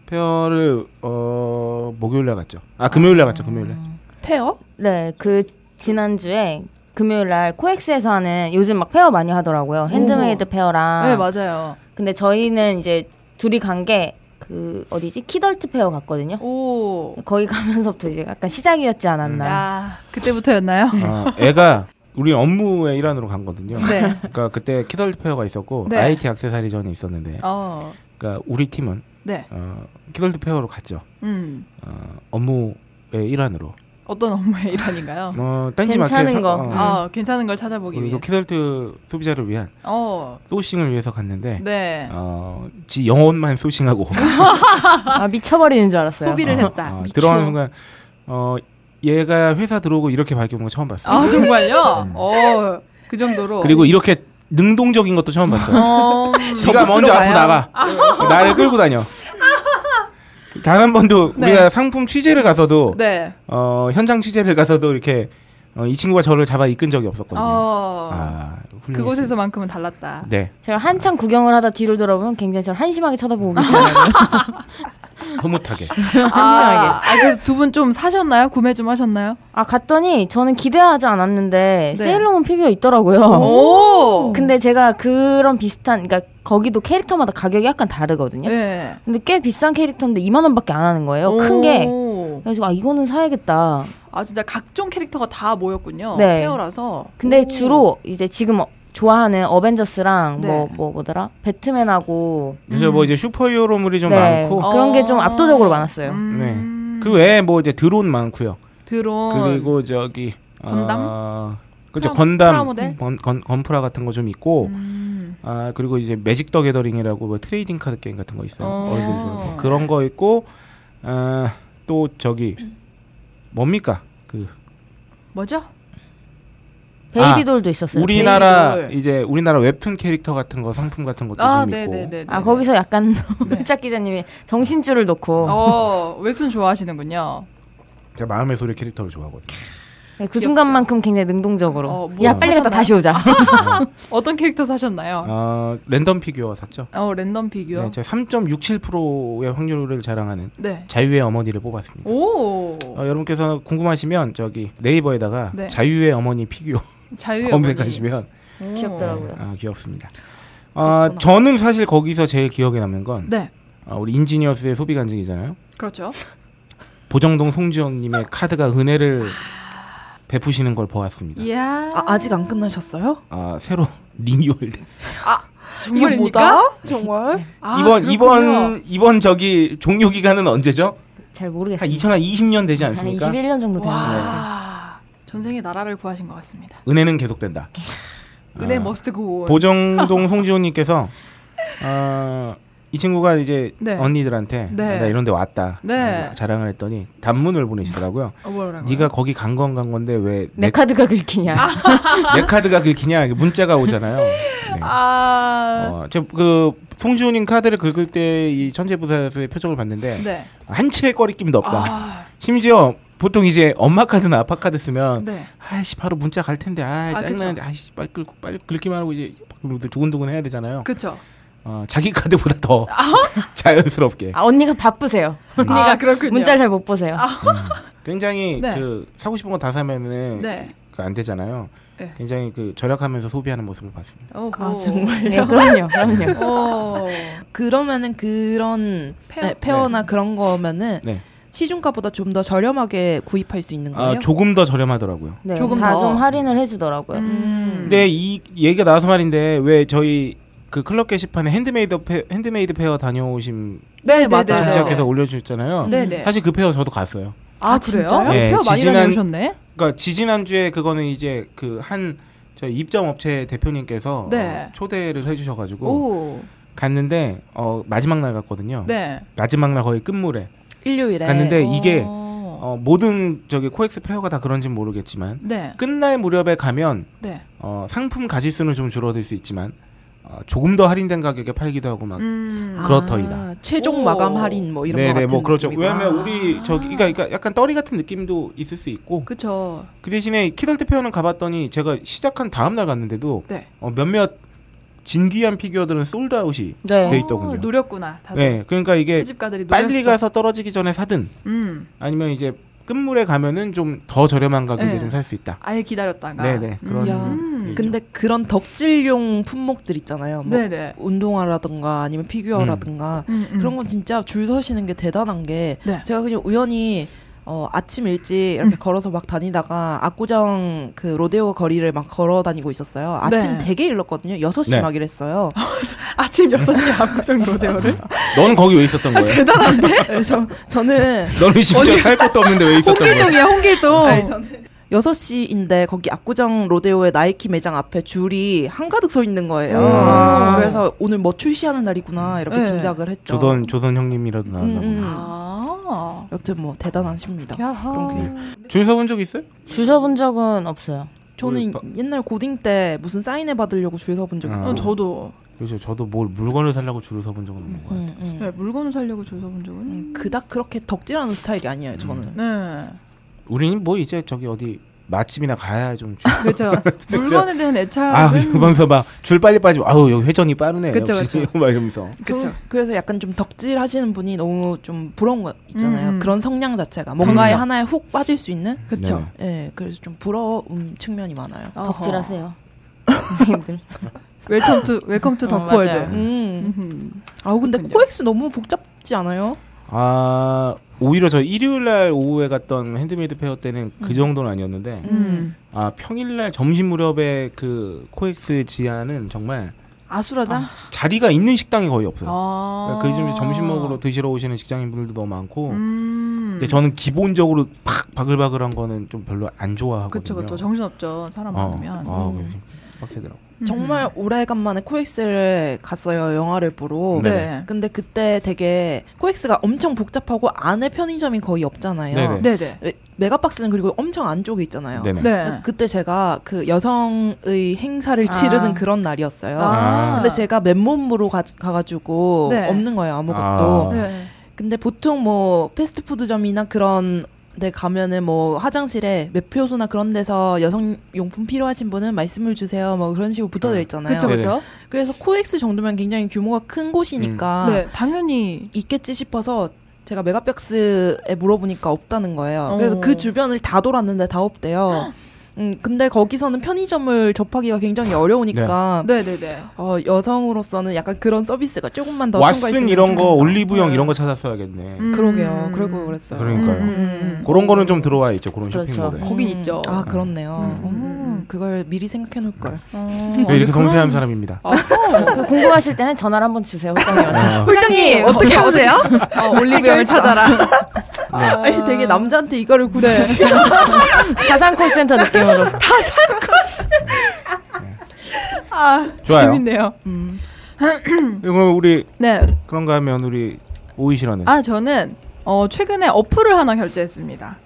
Speaker 2: 페어를 어 목요일 날 갔죠. 아 금요일 날 갔죠. 금요일 날.
Speaker 4: 페어?
Speaker 3: 네, 그 지난주에 금요일 날 코엑스에서 하는 요즘 막 페어 많이 하더라고요. 핸드메이드 페어랑.
Speaker 1: 네 맞아요.
Speaker 3: 근데 저희는 이제 둘이 간 게 그 어디지? 키덜트 페어 갔거든요.
Speaker 1: 오.
Speaker 3: 거기 가면서부터 이제 약간 시작이었지 않았나.
Speaker 1: 야 그때부터였나요?
Speaker 2: 아, 애가 우리 업무의 일환으로 간 거든요.
Speaker 1: 네.
Speaker 2: 그러니까 그때 키덜트 페어가 있었고
Speaker 1: 네.
Speaker 2: IT 악세사리전이 있었는데
Speaker 1: 어.
Speaker 2: 그러니까 우리 팀은
Speaker 1: 네.
Speaker 2: 어, 키덜트 페어로 갔죠.
Speaker 1: 음.
Speaker 2: 어, 업무의 일환으로.
Speaker 1: 어떤 업무의 일환인가요?
Speaker 2: 어, 딴지
Speaker 3: 괜찮은
Speaker 2: 마켓에서
Speaker 3: 거.
Speaker 2: 어,
Speaker 1: 아 괜찮은 걸 찾아보기
Speaker 2: 그리고
Speaker 1: 위해.
Speaker 2: 키덜트 소비자를 위한
Speaker 1: 어.
Speaker 2: 소싱을 위해서 갔는데
Speaker 1: 네.
Speaker 2: 어, 지 영혼만 소싱하고
Speaker 3: 아, 미쳐버리는 줄 알았어요.
Speaker 1: 소비를
Speaker 2: 어,
Speaker 1: 했다.
Speaker 2: 어,
Speaker 1: 미쳐.
Speaker 2: 들어가는 순간 어, 얘가 회사 들어오고 이렇게 밝혀오는 거 처음 봤어. 요
Speaker 1: 아 정말요? 어. 그 정도로.
Speaker 2: 음. 그리고 이렇게 능동적인 것도 처음 봤어. 요
Speaker 1: 어.
Speaker 2: 지가 먼저
Speaker 4: 가요?
Speaker 2: 앞으로 나가. 나를 끌고 다녀. 단 한 번도
Speaker 1: 네.
Speaker 2: 우리가 상품 취재를 가서도
Speaker 1: 네.
Speaker 2: 어, 현장 취재를 가서도 이렇게 어, 이 친구가 저를 잡아 이끈 적이 없었거든요.
Speaker 1: 어.
Speaker 2: 아, 훌륭했어요.
Speaker 1: 그곳에서만큼은 달랐다.
Speaker 2: 네.
Speaker 3: 제가 한참 구경을 하다 뒤를 돌아보면 굉장히 저를 한심하게 쳐다보고 계시더라고요.
Speaker 2: 흐뭇하게.
Speaker 1: 아, 아, 그래서 두 분 좀 사셨나요? 구매 좀 하셨나요?
Speaker 3: 아, 갔더니 저는 기대하지 않았는데
Speaker 1: 네.
Speaker 3: 세일러문 피규어 있더라고요.
Speaker 1: 오.
Speaker 3: 근데 제가 그런 비슷한, 그러니까 거기도 캐릭터마다 가격이 약간 다르거든요.
Speaker 1: 네.
Speaker 3: 근데 꽤 비싼 캐릭터인데 2만 원밖에 안 하는 거예요. 큰 게.
Speaker 1: 오.
Speaker 3: 그래서 아 이거는 사야겠다.
Speaker 1: 아 진짜 각종 캐릭터가 다 모였군요.
Speaker 3: 네.
Speaker 1: 페어라서.
Speaker 3: 근데
Speaker 1: 오.
Speaker 3: 주로 이제 지금 어- 좋아하는 어벤져스랑
Speaker 1: 네.
Speaker 3: 뭐 뭐 뭐더라? 배트맨하고
Speaker 2: 그래서 뭐 이제 슈퍼히어로물이
Speaker 3: 네.
Speaker 2: 좀 많고
Speaker 3: 그런 게 좀
Speaker 1: 어.
Speaker 3: 압도적으로 많았어요.
Speaker 1: 음.
Speaker 2: 그 외에 뭐 이제 드론 많고요.
Speaker 1: 드론.
Speaker 2: 그리고 저기
Speaker 1: 어. 건담?
Speaker 2: 어, 그죠
Speaker 1: 프라- 프라모델?
Speaker 2: 건담 건, 건, 건프라 같은 거 좀 있고
Speaker 1: 음.
Speaker 2: 아 그리고 이제 매직 더 게더링이라고 뭐 트레이딩 카드 게임 같은 거 있어요.
Speaker 1: 어.
Speaker 2: 어른들 그런 거. 그런 거 있고 아, 또 저기 뭡니까 그
Speaker 1: 뭐죠?
Speaker 2: 아.
Speaker 3: 베이비돌도 있었어요.
Speaker 2: 우리나라
Speaker 1: 베이비돌.
Speaker 2: 이제 우리나라 웹툰 캐릭터 같은 거 상품 같은 것도
Speaker 1: 아,
Speaker 2: 좀 있고
Speaker 1: 네네네.
Speaker 3: 아 거기서 뭐. 약간 문짝 기자님이 정신줄을 놓고
Speaker 1: 어 웹툰 좋아하시는군요.
Speaker 2: 제가 마음의 소리 캐릭터를 좋아하거든요.
Speaker 3: 그 순간만큼 굉장히 능동적으로
Speaker 1: 어, 뭐
Speaker 3: 야 빨리
Speaker 1: 사셨나요? 아,
Speaker 3: 갔다 다시 오자.
Speaker 1: 어떤 캐릭터 사셨나요?
Speaker 2: 아 랜덤 피규어 샀죠.
Speaker 1: 어 랜덤 피규어.
Speaker 2: 네, 제가 3.67%의 확률을 자랑하는
Speaker 1: 네.
Speaker 2: 자유의 어머니를 뽑았습니다.
Speaker 1: 오.
Speaker 2: 어, 여러분께서 궁금하시면 저기 네이버에다가
Speaker 1: 네.
Speaker 2: 자유의 어머니 피규어
Speaker 1: 자유
Speaker 2: 검색하시면
Speaker 3: 귀엽더라고요.
Speaker 2: 아, 귀엽습니다. 아, 저는 사실 거기서 제일 기억에 남는 건
Speaker 1: 네.
Speaker 2: 아, 우리 인지니어스의 소비 간증이잖아요.
Speaker 1: 그렇죠.
Speaker 2: 보정동 송지영님의 카드가 은혜를
Speaker 1: 아.
Speaker 2: 베푸시는 걸 보았습니다.
Speaker 1: 이야.
Speaker 4: 아, 아직 안 끝나셨어요?
Speaker 2: 아 새로 리뉴얼된
Speaker 4: 이게 뭐다? 정말?
Speaker 3: 네.
Speaker 1: 아,
Speaker 2: 이번
Speaker 1: 그렇군요.
Speaker 2: 이번 이번 저기 종료 기간은 언제죠?
Speaker 3: 잘
Speaker 1: 네.
Speaker 2: 한
Speaker 3: 모르겠어요.
Speaker 2: 2020년 되지
Speaker 3: 한
Speaker 2: 않습니까?
Speaker 3: 21년 정도 되는 것 같아요.
Speaker 1: 와. 전생의 나라를 구하신 것 같습니다.
Speaker 2: 은혜는 계속된다.
Speaker 1: 은혜
Speaker 2: 아.
Speaker 1: 머스트 그 고온.
Speaker 2: 보정동 송지호님께서 어, 이 친구가 이제
Speaker 1: 네.
Speaker 2: 언니들한테
Speaker 1: 네.
Speaker 2: 나 이런데 왔다 뭐
Speaker 1: 네.
Speaker 2: 자랑을 했더니 단문을 보내시더라고요.
Speaker 1: 어, 뭐라고?
Speaker 2: 네가 거기 간 건 간 건데 왜
Speaker 3: 내
Speaker 1: 네.
Speaker 2: 내
Speaker 3: 카드가 긁히냐.
Speaker 1: 아.
Speaker 2: 카드가 긁히냐 이렇게 문자가 오잖아요. 네.
Speaker 1: 아.
Speaker 2: 어, 저그 송지호님 카드를 긁을 때 이 천재부사수의 표정을 봤는데
Speaker 1: 네.
Speaker 2: 한치의 꺼리낌도 없다.
Speaker 1: 아.
Speaker 2: 심지어 보통 이제 엄마 카드나 아빠 카드 쓰면
Speaker 1: 네.
Speaker 2: 아씨 바로 문자 갈 텐데 아
Speaker 1: 아, 그쵸.
Speaker 2: 짜증나는데 아씨 빨리 긁고 빨리 긁기만 하고 이제 두근두근 해야 되잖아요.
Speaker 1: 그렇죠. 아?
Speaker 2: 어, 자기 카드보다 더 자연스럽게
Speaker 3: 아 언니가 바쁘세요.
Speaker 1: 언니가 그렇군요. 아,
Speaker 3: 문자를 잘 못 보세요.
Speaker 2: 굉장히
Speaker 1: 네.
Speaker 2: 그 사고 싶은 거 다 사면은
Speaker 1: 네.
Speaker 2: 그 안 되잖아요.
Speaker 1: 네.
Speaker 2: 굉장히 그 절약하면서 소비하는 모습을 봤습니다.
Speaker 1: 오.
Speaker 4: 아, 정말요?
Speaker 3: 네, 그럼요, 그럼요.
Speaker 1: 오.
Speaker 4: 그러면은 그런
Speaker 1: 페어?
Speaker 4: 네, 페어나 그런 거면은
Speaker 2: 네.
Speaker 4: 시중가보다 좀 더 저렴하게 구입할 수 있는 거예요?
Speaker 2: 아, 조금 더 저렴하더라고요.
Speaker 3: 네,
Speaker 1: 조금
Speaker 3: 다
Speaker 1: 더.
Speaker 3: 좀 할인을 해주더라고요.
Speaker 1: 음.
Speaker 2: 근데 이 얘기가 나와서 말인데 왜 저희 그 클럽 게시판에 핸드메이드 페, 핸드메이드 페어 다녀오신
Speaker 1: 맞아요.
Speaker 4: 네,
Speaker 1: 음.
Speaker 4: 맞아요.
Speaker 2: 청자께서 올려주셨잖아요.
Speaker 1: 네네.
Speaker 2: 사실 그 페어 저도 갔어요.
Speaker 4: 아,
Speaker 1: 그래요?
Speaker 4: 진짜요?
Speaker 2: 네,
Speaker 1: 페어 많이
Speaker 2: 지지난-
Speaker 1: 다녀오셨네.
Speaker 2: 그러니까 지지난 주에 그거는 이제 그 한 저희 입점 업체 대표님께서
Speaker 1: 네.
Speaker 2: 어, 초대를 해주셔가지고
Speaker 1: 오.
Speaker 2: 갔는데 어, 마지막 날 갔거든요.
Speaker 1: 네.
Speaker 2: 마지막 날 거의 끝물에
Speaker 4: 일요일에.
Speaker 2: 갔는데 이게
Speaker 1: 어.
Speaker 2: 어, 모든 저기 코엑스 페어가 다 그런지는 모르겠지만
Speaker 1: 네.
Speaker 2: 끝날 무렵에 가면
Speaker 1: 네.
Speaker 2: 어, 상품 가짓수는 좀 줄어들 수 있지만 어, 조금 더 할인된 가격에 팔기도 하고 막
Speaker 1: 음.
Speaker 2: 아, 그렇더이다.
Speaker 4: 아, 최종
Speaker 1: 오.
Speaker 4: 마감 할인 뭐 이런 거
Speaker 2: 네네
Speaker 4: 같은
Speaker 2: 뭐 그렇죠.
Speaker 4: 느낌이구나.
Speaker 2: 왜냐면 우리 저기 그러니까, 그러니까 약간 떠리 같은 느낌도 있을 수 있고
Speaker 1: 그쵸.
Speaker 2: 그 대신에 키덜트 페어는 가봤더니 제가 시작한 다음 날 갔는데도
Speaker 1: 네.
Speaker 2: 어, 몇몇 진귀한 피규어들은 솔드아웃이
Speaker 3: 네.
Speaker 2: 돼 있더군요.
Speaker 1: 어, 노렸구나. 다들.
Speaker 2: 네, 그러니까 이게
Speaker 1: 수집가들이 노렸어.
Speaker 2: 빨리 가서 떨어지기 전에 사든
Speaker 1: 음.
Speaker 2: 아니면 이제 끝물에 가면은 좀 더 저렴한 가격에
Speaker 1: 네.
Speaker 2: 좀 살 수 있다.
Speaker 1: 아예 기다렸다가. 음.
Speaker 2: 네네 그런.
Speaker 4: 야.
Speaker 2: 얘기죠.
Speaker 4: 근데 그런 덕질용 품목들
Speaker 2: 음.
Speaker 4: 있잖아요. 뭐
Speaker 1: 네네.
Speaker 4: 운동화라든가 아니면 피규어라든가
Speaker 1: 음, 음.
Speaker 4: 그런 건 진짜 줄 서시는 게 대단한 게
Speaker 1: 네. 음.
Speaker 4: 제가 그냥 우연히 어, 아침 일찍 이렇게 걸어서 막 다니다가 압구정 그 로데오 거리를 막 걸어 다니고 있었어요. 아침
Speaker 1: 네.
Speaker 4: 되게 일렀거든요. 6시
Speaker 2: 네.
Speaker 4: 막 이랬어요.
Speaker 1: 아침 6시에 압구정 로데오를.
Speaker 2: 넌 거기 왜 있었던 거야?
Speaker 4: 네, 저, 저는
Speaker 2: 너는 심지어 살 것도 없는데 왜 있었던 거야?
Speaker 1: 홍길동이야, 홍길동.
Speaker 2: 네,
Speaker 4: 아니, 저는 6시인데 거기 압구정 로데오의 나이키 매장 앞에 줄이 한가득 서 있는 거예요.
Speaker 1: 음.
Speaker 4: 그래서 오늘 뭐 출시하는 날이구나 이렇게
Speaker 1: 네.
Speaker 4: 짐작을 했죠.
Speaker 2: 조던 조던 형님이라도 나왔나 보네.
Speaker 4: 음, 음.
Speaker 1: 아.
Speaker 4: 여튼 뭐 대단하십니다. 그런
Speaker 1: 야하.
Speaker 2: 줄 서본 적 있어요?
Speaker 3: 줄 서본 적은 없어요.
Speaker 4: 저는
Speaker 2: 바-
Speaker 4: 옛날 고딩 때 무슨 사인회 받으려고 줄 서본 적이
Speaker 2: 아.
Speaker 4: 있고.
Speaker 1: 어, 저도
Speaker 2: 그래서 저도 뭘 물건을 사려고 줄을 서본 적은 없는 것 같아요.
Speaker 4: 음, 음.
Speaker 1: 네, 물건을 사려고 줄 서본 적은.
Speaker 4: 음, 그닥 그렇게 덕질하는 스타일이 아니에요, 저는.
Speaker 1: 네.
Speaker 2: 우리는 뭐 이제 저기 어디 맛집이나 가야 좀 줄.
Speaker 1: 그렇죠. 물건에 대한 애착은.
Speaker 2: 네. 아 그러면서 막 줄 빨리 빠지고 아우 여기 회전이 빠르네.
Speaker 1: 음. 그쵸,
Speaker 2: 역시
Speaker 1: 그쵸.
Speaker 2: 막 이러면서.
Speaker 1: 그쵸.
Speaker 4: 그, 래서 약간 좀 덕질 하시는 분이 너무 좀 부러운 거 있잖아요.
Speaker 1: 음, 음.
Speaker 4: 그런 성향 자체가 뭔가에
Speaker 2: 성향.
Speaker 4: 하나에 훅 빠질 수 있는.
Speaker 1: 그쵸.
Speaker 2: 네.
Speaker 4: 예, 그래서 좀 부러운 측면이 많아요.
Speaker 1: 어허.
Speaker 3: 덕질하세요. 선생님들.
Speaker 1: 웰컴 투 웰컴 투
Speaker 3: 어,
Speaker 1: 덕후월드.
Speaker 3: 맞아요.
Speaker 4: 음.
Speaker 1: 음흠.
Speaker 4: 아우 근데
Speaker 1: 그렇군요.
Speaker 4: 코엑스 너무 복잡지 않아요?
Speaker 2: 아 오히려 저 일요일 날 오후에 갔던 핸드메이드 페어 때는 그 정도는 아니었는데
Speaker 1: 음.
Speaker 2: 아 평일 날 점심 무렵에 그 코엑스 지하는 정말
Speaker 1: 아수라장.
Speaker 2: 자리가 있는 식당이 거의 없어요.
Speaker 1: 아.
Speaker 2: 그즘에 점심 먹으러 드시러 오시는 직장인분들도 너무 많고.
Speaker 1: 음.
Speaker 2: 근데 저는 기본적으로 팍 바글바글한 거는 좀 별로 안
Speaker 1: 그쵸
Speaker 2: 좋아하거든요.
Speaker 1: 그쵸 정신없죠 사람
Speaker 2: 어,
Speaker 1: 많으면
Speaker 2: 아,
Speaker 4: 음.
Speaker 2: 그래서 빡세더라고.
Speaker 1: 음.
Speaker 4: 정말 오래간만에 코엑스를 갔어요 영화를 보러.
Speaker 2: 네.
Speaker 1: 네네
Speaker 4: 근데 그때 되게 코엑스가 엄청 복잡하고 안에 편의점이 거의 없잖아요.
Speaker 2: 네네.
Speaker 1: 네네
Speaker 4: 메- 메가박스는 그리고 엄청 안쪽에 있잖아요.
Speaker 2: 네네.
Speaker 1: 네.
Speaker 4: 그때 제가 그 여성의 행사를
Speaker 1: 아.
Speaker 4: 치르는 그런 날이었어요.
Speaker 2: 아.
Speaker 4: 근데 제가 맨몸으로 가, 가지고
Speaker 1: 네.
Speaker 4: 없는 거예요 아무것도.
Speaker 2: 아.
Speaker 1: 네.
Speaker 4: 근데 보통 뭐 패스트푸드점이나 그런 데 가면은 뭐 화장실에 매표소나 그런 데서 여성 용품 필요하신 분은 말씀을 주세요 뭐 그런 식으로 붙어져 있잖아요.
Speaker 1: 그쵸
Speaker 2: 네네.
Speaker 1: 그쵸
Speaker 4: 그래서 코엑스 정도면 굉장히 규모가 큰 곳이니까
Speaker 1: 네 당연히
Speaker 4: 있겠지 싶어서 제가 메가박스에 물어보니까 없다는 거예요. 그래서
Speaker 1: 어.
Speaker 4: 그 주변을 다 돌았는데 다 없대요. 음, 근데 거기서는 편의점을 접하기가 굉장히 어려우니까
Speaker 1: 네네네
Speaker 4: 어, 여성으로서는 약간 그런 서비스가 조금만 더
Speaker 2: 왓슨
Speaker 4: 첨가했으면
Speaker 2: 이런 거
Speaker 4: 좋겠다.
Speaker 2: 올리브영
Speaker 4: 네.
Speaker 2: 이런 거 찾았어야겠네.
Speaker 1: 음.
Speaker 4: 그러게요. 그러고 그랬어요.
Speaker 2: 그러니까요.
Speaker 1: 음.
Speaker 2: 그런 거는 좀 들어와 있죠. 그런
Speaker 3: 그렇죠.
Speaker 2: 쇼핑몰에.
Speaker 1: 거- 거긴 있죠.
Speaker 4: 아 그렇네요.
Speaker 1: 음, 음, 음.
Speaker 4: 음, 그걸 미리 생각해 놓을 걸.
Speaker 1: 어,
Speaker 2: 네, 이렇게
Speaker 1: 그런- 아,
Speaker 2: 섬세한 사람입니다.
Speaker 3: 그 궁금하실 때는 전화를 한번 주세요. 호장님한테.
Speaker 2: 아,
Speaker 4: 홀장님 어떻게 하면 돼요?
Speaker 1: 어, 올리브영을 찾아라
Speaker 4: 아니 되게 남자한테 이거를 굳이
Speaker 2: 네.
Speaker 3: 가상 콜센터 느낌으로.
Speaker 1: 네. 아
Speaker 2: 좋아요.
Speaker 1: 재밌네요 음.
Speaker 2: 그럼 우리
Speaker 1: 네아
Speaker 2: 그런가 하면 우리 오이시라는.
Speaker 1: 아, 저는 어 최근에 어플을 하나 결제했습니다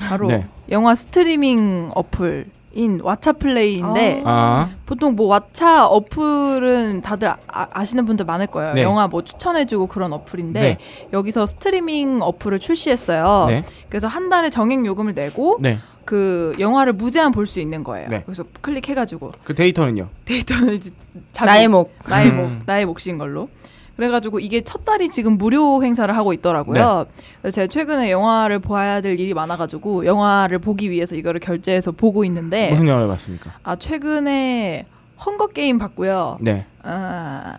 Speaker 1: 바로
Speaker 2: 네.
Speaker 1: 영화 스트리밍 어플인 왓챠플레이인데
Speaker 2: 아,
Speaker 1: 보통 뭐 왓챠 어플은 다들 아, 시는 분들 많을 거예요.
Speaker 2: 네.
Speaker 1: 영화 뭐 추천해주고 그런 어플인데 여기서 스트리밍 어플을 출시했어요.
Speaker 2: 네,
Speaker 1: 그래서 한 달에 정액 요금을 내고
Speaker 2: 네.
Speaker 1: 그 영화를 무제한 볼 수 있는 거예요.
Speaker 2: 네.
Speaker 1: 그래서 클릭해가지고
Speaker 2: 그 데이터는요.
Speaker 1: 데이터는 이제 자기-
Speaker 3: 나의 목.
Speaker 1: 나의
Speaker 2: 음.
Speaker 1: 목 나의 몫인 걸로. 그래가지고 이게 첫 달이 지금 무료 행사를 하고 있더라고요.
Speaker 2: 네.
Speaker 1: 그래서 제가 최근에 영화를 봐야 될 일이 많아가지고 영화를 보기 위해서 이거를 결제해서 보고 있는데
Speaker 2: 무슨 영화를 봤습니까?
Speaker 1: 아 최근에 헝거 게임 봤고요.
Speaker 2: 네,
Speaker 1: 아,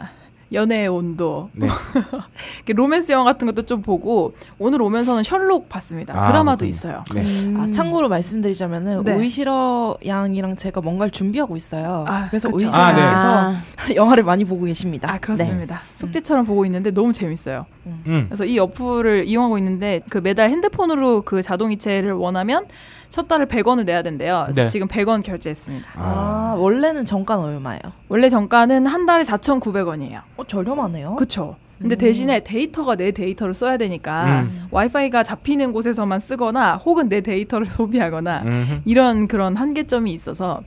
Speaker 1: 연애의 온도.
Speaker 2: 네.
Speaker 1: 이렇게 로맨스 영화 같은 것도 좀 보고 오늘 오면서는 셜록 봤습니다.
Speaker 2: 아,
Speaker 1: 드라마도
Speaker 2: 그렇군요.
Speaker 1: 있어요.
Speaker 2: 네.
Speaker 4: 아, 참고로 말씀드리자면은
Speaker 1: 네.
Speaker 4: 오이시러 양이랑 제가 뭔가를 준비하고 있어요.
Speaker 1: 아,
Speaker 4: 그래서
Speaker 1: 그쵸.
Speaker 4: 오이시러
Speaker 2: 아, 네.
Speaker 4: 양께서 영화를 많이 보고 계십니다.
Speaker 1: 아 그렇습니다. 숙제처럼 보고 있는데 너무 재밌어요.
Speaker 2: 음.
Speaker 1: 그래서 이 어플을 이용하고 있는데 그 매달 핸드폰으로 그 자동이체를 원하면 첫 달에 100원을 내야 된대요. 그래서
Speaker 2: 네.
Speaker 1: 지금 100원 결제했습니다.
Speaker 4: 네. 아, 원래는 정가는 얼마예요?
Speaker 1: 원래 정가는 한 달에 4,900원이에요.
Speaker 4: 어 저렴하네요.
Speaker 1: 그렇죠. 근데 대신에 데이터가 내 데이터를 써야 되니까
Speaker 2: 음.
Speaker 1: 와이파이가 잡히는 곳에서만 쓰거나 혹은 내 데이터를 소비하거나
Speaker 2: 아. 음흠.
Speaker 1: 이런 그런 한계점이 있어서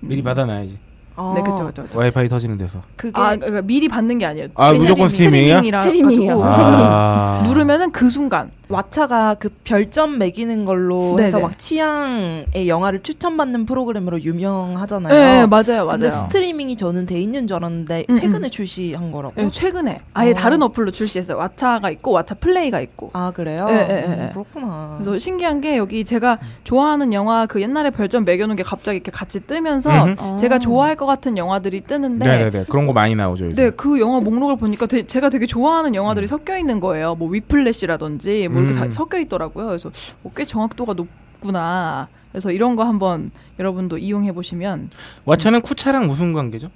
Speaker 2: 미리 받아놔야지.
Speaker 4: 아,
Speaker 1: 네 그렇죠 그렇죠.
Speaker 2: 와이파이 터지는 데서.
Speaker 4: 그게
Speaker 1: 아 그러니까 미리 받는 게 아니에요.
Speaker 2: 아,
Speaker 1: 스트리밍,
Speaker 2: 무조건 스트리밍이야? 아.
Speaker 1: 스트리밍이라
Speaker 3: 스트리밍이요.
Speaker 1: 가지고
Speaker 3: 아.
Speaker 1: 누르면은 그 순간
Speaker 4: 왓챠가 그 별점 매기는 걸로 해서
Speaker 1: 네네.
Speaker 4: 막 취향의 영화를 추천받는 프로그램으로 유명하잖아요.
Speaker 1: 네, 맞아요,
Speaker 4: 근데
Speaker 1: 맞아요.
Speaker 4: 스트리밍이 저는 돼 있는 줄 알았는데
Speaker 1: 음,
Speaker 4: 최근에 출시한 거라고.
Speaker 1: 네, 최근에 아예
Speaker 4: 어.
Speaker 1: 다른 어플로 출시했어요. 왓챠가 있고 왓챠 플레이가 있고.
Speaker 4: 아 그래요?
Speaker 1: 예, 예, 예, 예.
Speaker 4: 음, 그렇구나.
Speaker 1: 그래서 신기한 게 여기 제가 좋아하는 영화 그 옛날에 별점 매겨놓은 게 갑자기 이렇게 같이 뜨면서
Speaker 2: 음흠.
Speaker 3: 어.
Speaker 1: 제가 좋아할 것 같은 영화들이 뜨는데
Speaker 2: 네네네 그런 거 많이 나오죠 요즘.
Speaker 1: 네, 그 영화 목록을 보니까 되- 제가 되게 좋아하는 영화들이 섞여 있는 거예요. 뭐 위플래시라든지 뭐 이렇게
Speaker 2: 음.
Speaker 1: 다 섞여 있더라고요. 그래서 어, 꽤 정확도가 높구나. 그래서 이런 거 한번 여러분도 이용해 보시면
Speaker 2: 왓챠는 쿠차랑 무슨 관계죠?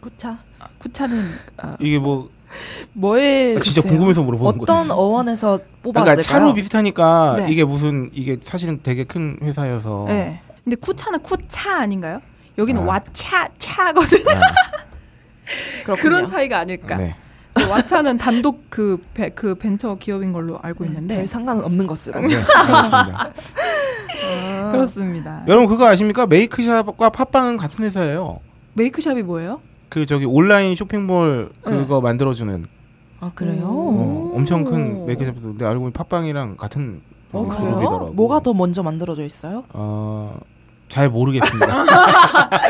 Speaker 4: 구차
Speaker 1: 아, 쿠차는 어,
Speaker 2: 이게 뭐
Speaker 4: 뭐에
Speaker 1: 네,
Speaker 2: 아, 진짜
Speaker 4: 글쎄요.
Speaker 2: 궁금해서 물어보는 거예요.
Speaker 4: 어떤 어원에서 뽑았을까요?
Speaker 2: 그러니까 차로 비슷하니까
Speaker 1: 네.
Speaker 2: 이게 무슨 이게 사실은 되게 큰 회사여서
Speaker 1: 네. 근데 쿠차는 쿠차 아닌가요? 여기는
Speaker 2: 어. 아.
Speaker 1: 왓차 차거든.
Speaker 4: 그렇군요.
Speaker 1: 그런 차이가 아닐까. 그
Speaker 2: 네.
Speaker 1: 왓차는 단독 그, 벤- 그 벤처 기업인 걸로 알고 있는데
Speaker 4: 별 상관은 없는 것으로.
Speaker 2: 네, 알겠습니다.
Speaker 1: 그렇습니다.
Speaker 2: 여러분 그거 아십니까? 메이크샵과 팟빵은 같은 회사예요.
Speaker 1: 메이크샵이 뭐예요?
Speaker 2: 그 저기 온라인 쇼핑몰
Speaker 4: 네.
Speaker 2: 그거 만들어주는
Speaker 4: 아 그래요?
Speaker 2: 어,
Speaker 1: 오.
Speaker 2: 엄청 큰 메이크샵도 근데 알고 보니 팟빵이랑 같은
Speaker 4: 어,
Speaker 2: 어,
Speaker 4: 그래요?
Speaker 2: 그룹이더라고요.
Speaker 4: 뭐가 더 먼저 만들어져 있어요?
Speaker 2: 어, 잘 모르겠습니다.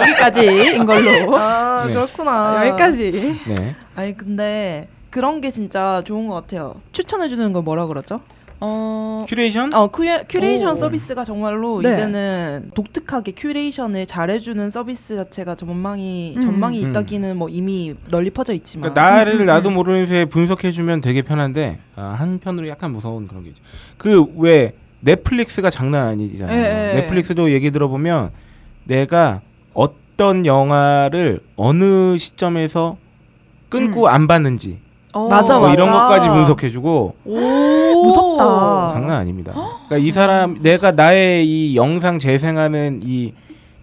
Speaker 1: 여기까지인 걸로.
Speaker 4: 아
Speaker 2: 네.
Speaker 4: 그렇구나.
Speaker 1: 여기까지.
Speaker 2: 네.
Speaker 4: 아니 근데 그런 게 진짜 좋은 것 같아요. 추천해 주는 걸 뭐라 그러죠?
Speaker 1: 어,
Speaker 2: 큐레이션?
Speaker 4: 어 큐레, 큐레이션
Speaker 2: 오.
Speaker 4: 서비스가 정말로
Speaker 1: 네.
Speaker 4: 이제는 독특하게 큐레이션을 잘해주는 서비스 자체가 전망이
Speaker 1: 음.
Speaker 4: 전망이
Speaker 2: 음.
Speaker 4: 있다기는 뭐 이미 널리 퍼져 있지만
Speaker 1: 아,
Speaker 2: 그러니까 나를
Speaker 1: 음.
Speaker 2: 나도 모르는 새에 분석해주면 되게 편한데 아, 한편으로 약간 무서운 그런 게 있죠. 그 왜 넷플릭스가 장난 아니잖아요.
Speaker 1: 예, 예.
Speaker 2: 넷플릭스도 얘기 들어보면 내가 어떤 영화를 어느 시점에서 끊고 안 봤는지
Speaker 1: 음. 어.
Speaker 4: 맞아,
Speaker 2: 뭐 이런
Speaker 4: 맞아.
Speaker 2: 것까지 분석해주고
Speaker 1: 오. 어.
Speaker 4: 무섭다.
Speaker 2: 장난 아닙니다. 그러니까 이 사람 내가 나의 이 영상 재생하는 이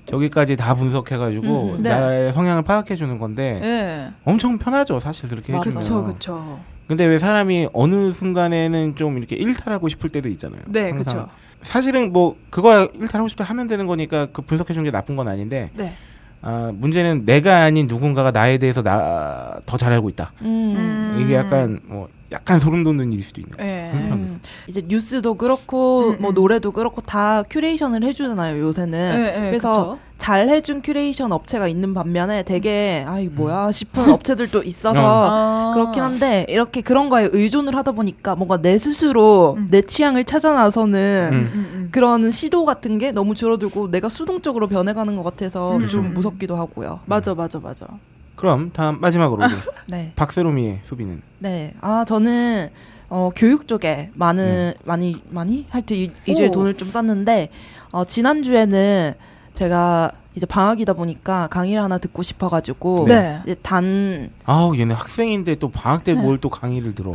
Speaker 2: 저기까지 다 분석해가지고
Speaker 4: 음, 음. 네.
Speaker 2: 나의 성향을 파악해주는 건데
Speaker 1: 예.
Speaker 2: 엄청 편하죠 사실 네. 그렇게
Speaker 4: 맞아.
Speaker 2: 해주면.
Speaker 1: 그쵸, 그쵸.
Speaker 2: 근데 왜 사람이 어느 순간에는 좀 이렇게 일탈하고 싶을 때도 있잖아요.
Speaker 1: 네,
Speaker 2: 항상.
Speaker 1: 그쵸.
Speaker 2: 사실은 뭐 그거 일탈하고 싶다 하면 되는 거니까 그 분석해 주는 게 나쁜 건 아닌데
Speaker 1: 네.
Speaker 2: 아, 문제는 내가 아닌 누군가가 나에 대해서 나 더 잘 알고 있다.
Speaker 4: 음.
Speaker 1: 음.
Speaker 2: 이게 약간 뭐 약간 소름 돋는 일일 수도 있는. 거예요.
Speaker 1: 예.
Speaker 2: 한편으로.
Speaker 4: 음. 이제 뉴스도 그렇고
Speaker 1: 음,
Speaker 4: 뭐
Speaker 1: 음.
Speaker 4: 노래도 그렇고 다 큐레이션을 해주잖아요 요새는
Speaker 1: 예, 예,
Speaker 4: 그래서
Speaker 1: 그쵸.
Speaker 4: 잘 해준 큐레이션 업체가 있는 반면에 되게
Speaker 1: 음.
Speaker 4: 아이 뭐야 싶은 업체들도 있어서
Speaker 1: 아.
Speaker 4: 그렇긴 한데 이렇게 그런 거에 의존을 하다 보니까 뭔가 내 스스로
Speaker 1: 음.
Speaker 4: 내 취향을 찾아 나서는
Speaker 2: 음.
Speaker 1: 음, 음.
Speaker 4: 그런 시도 같은 게 너무 줄어들고 내가 수동적으로 변해가는 것 같아서
Speaker 1: 음.
Speaker 4: 좀 무섭기도 하고요.
Speaker 1: 맞아, 맞아, 맞아.
Speaker 2: 그럼 다음 마지막으로 우리
Speaker 4: 네,
Speaker 2: 박세롬이의 소비는
Speaker 4: 네. 아 저는 어, 교육 쪽에 많은 많이 많이 하여튼 이- 이주에
Speaker 1: 오.
Speaker 4: 돈을 좀 썼는데 어, 지난 주에는 제가 이제 방학이다 보니까 강의를 하나 듣고 싶어가지고
Speaker 1: 네.
Speaker 4: 이제 단
Speaker 2: 아우 얘네 학생인데 또 방학 때 뭘 또 강의를 들어.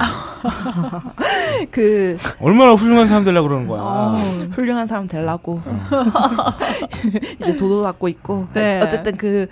Speaker 4: 그 아.
Speaker 2: 얼마나 훌륭한 사람들라 그러는
Speaker 1: 아.
Speaker 2: 거야.
Speaker 1: 어.
Speaker 4: 훌륭한 사람 되려고
Speaker 2: 어.
Speaker 4: 이제 도도 닦고 있고
Speaker 1: 네.
Speaker 4: 어쨌든 그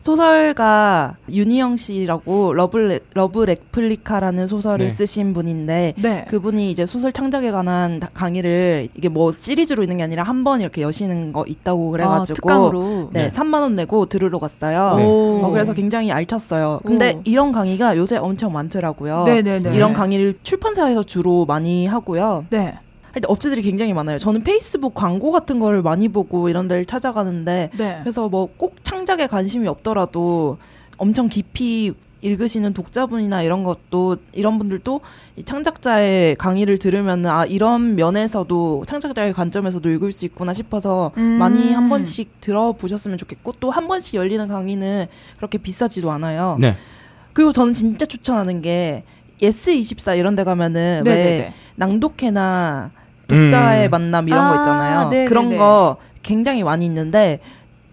Speaker 4: 소설가 윤희영 씨라고 러블 러브 레플리카라는 소설을
Speaker 2: 네.
Speaker 4: 쓰신 분인데
Speaker 1: 네.
Speaker 4: 그분이 이제 소설 창작에 관한 다- 강의를 이게 뭐 시리즈로 있는 게 아니라 한 번 이렇게 여시는 거 있다고
Speaker 1: 아,
Speaker 4: 그래가지고
Speaker 1: 특강으로.
Speaker 4: 네,
Speaker 2: 네.
Speaker 4: 3만 원 내고 들으러 갔어요.
Speaker 2: 네.
Speaker 4: 어, 그래서 굉장히 알찼어요. 근데
Speaker 1: 오.
Speaker 4: 이런 강의가 요새 엄청 많더라고요.
Speaker 1: 네, 네, 네.
Speaker 4: 이런 강의를 출판사에서 주로 많이 하고요.
Speaker 1: 네.
Speaker 4: 하여튼 업체들이 굉장히 많아요. 저는 페이스북 광고 같은 거를 많이 보고 이런 데를 찾아가는데
Speaker 1: 네.
Speaker 4: 그래서 뭐 꼭 창작에 관심이 없더라도 엄청 깊이 읽으시는 독자분이나 이런 것도 이런 분들도 이 창작자의 강의를 들으면 아 이런 면에서도 창작자의 관점에서도 읽을 수 있구나 싶어서
Speaker 1: 음.
Speaker 4: 많이 한 번씩 들어보셨으면 좋겠고 또 한 번씩 열리는 강의는 그렇게 비싸지도 않아요.
Speaker 2: 네.
Speaker 4: 그리고 저는 진짜 추천하는 게 예스24 이런 데 가면은 왜
Speaker 1: 네네네.
Speaker 4: 낭독회나 독자의
Speaker 2: 음.
Speaker 4: 만남 이런
Speaker 1: 아,
Speaker 4: 거 있잖아요.
Speaker 1: 네네네.
Speaker 4: 그런 거 굉장히 많이 있는데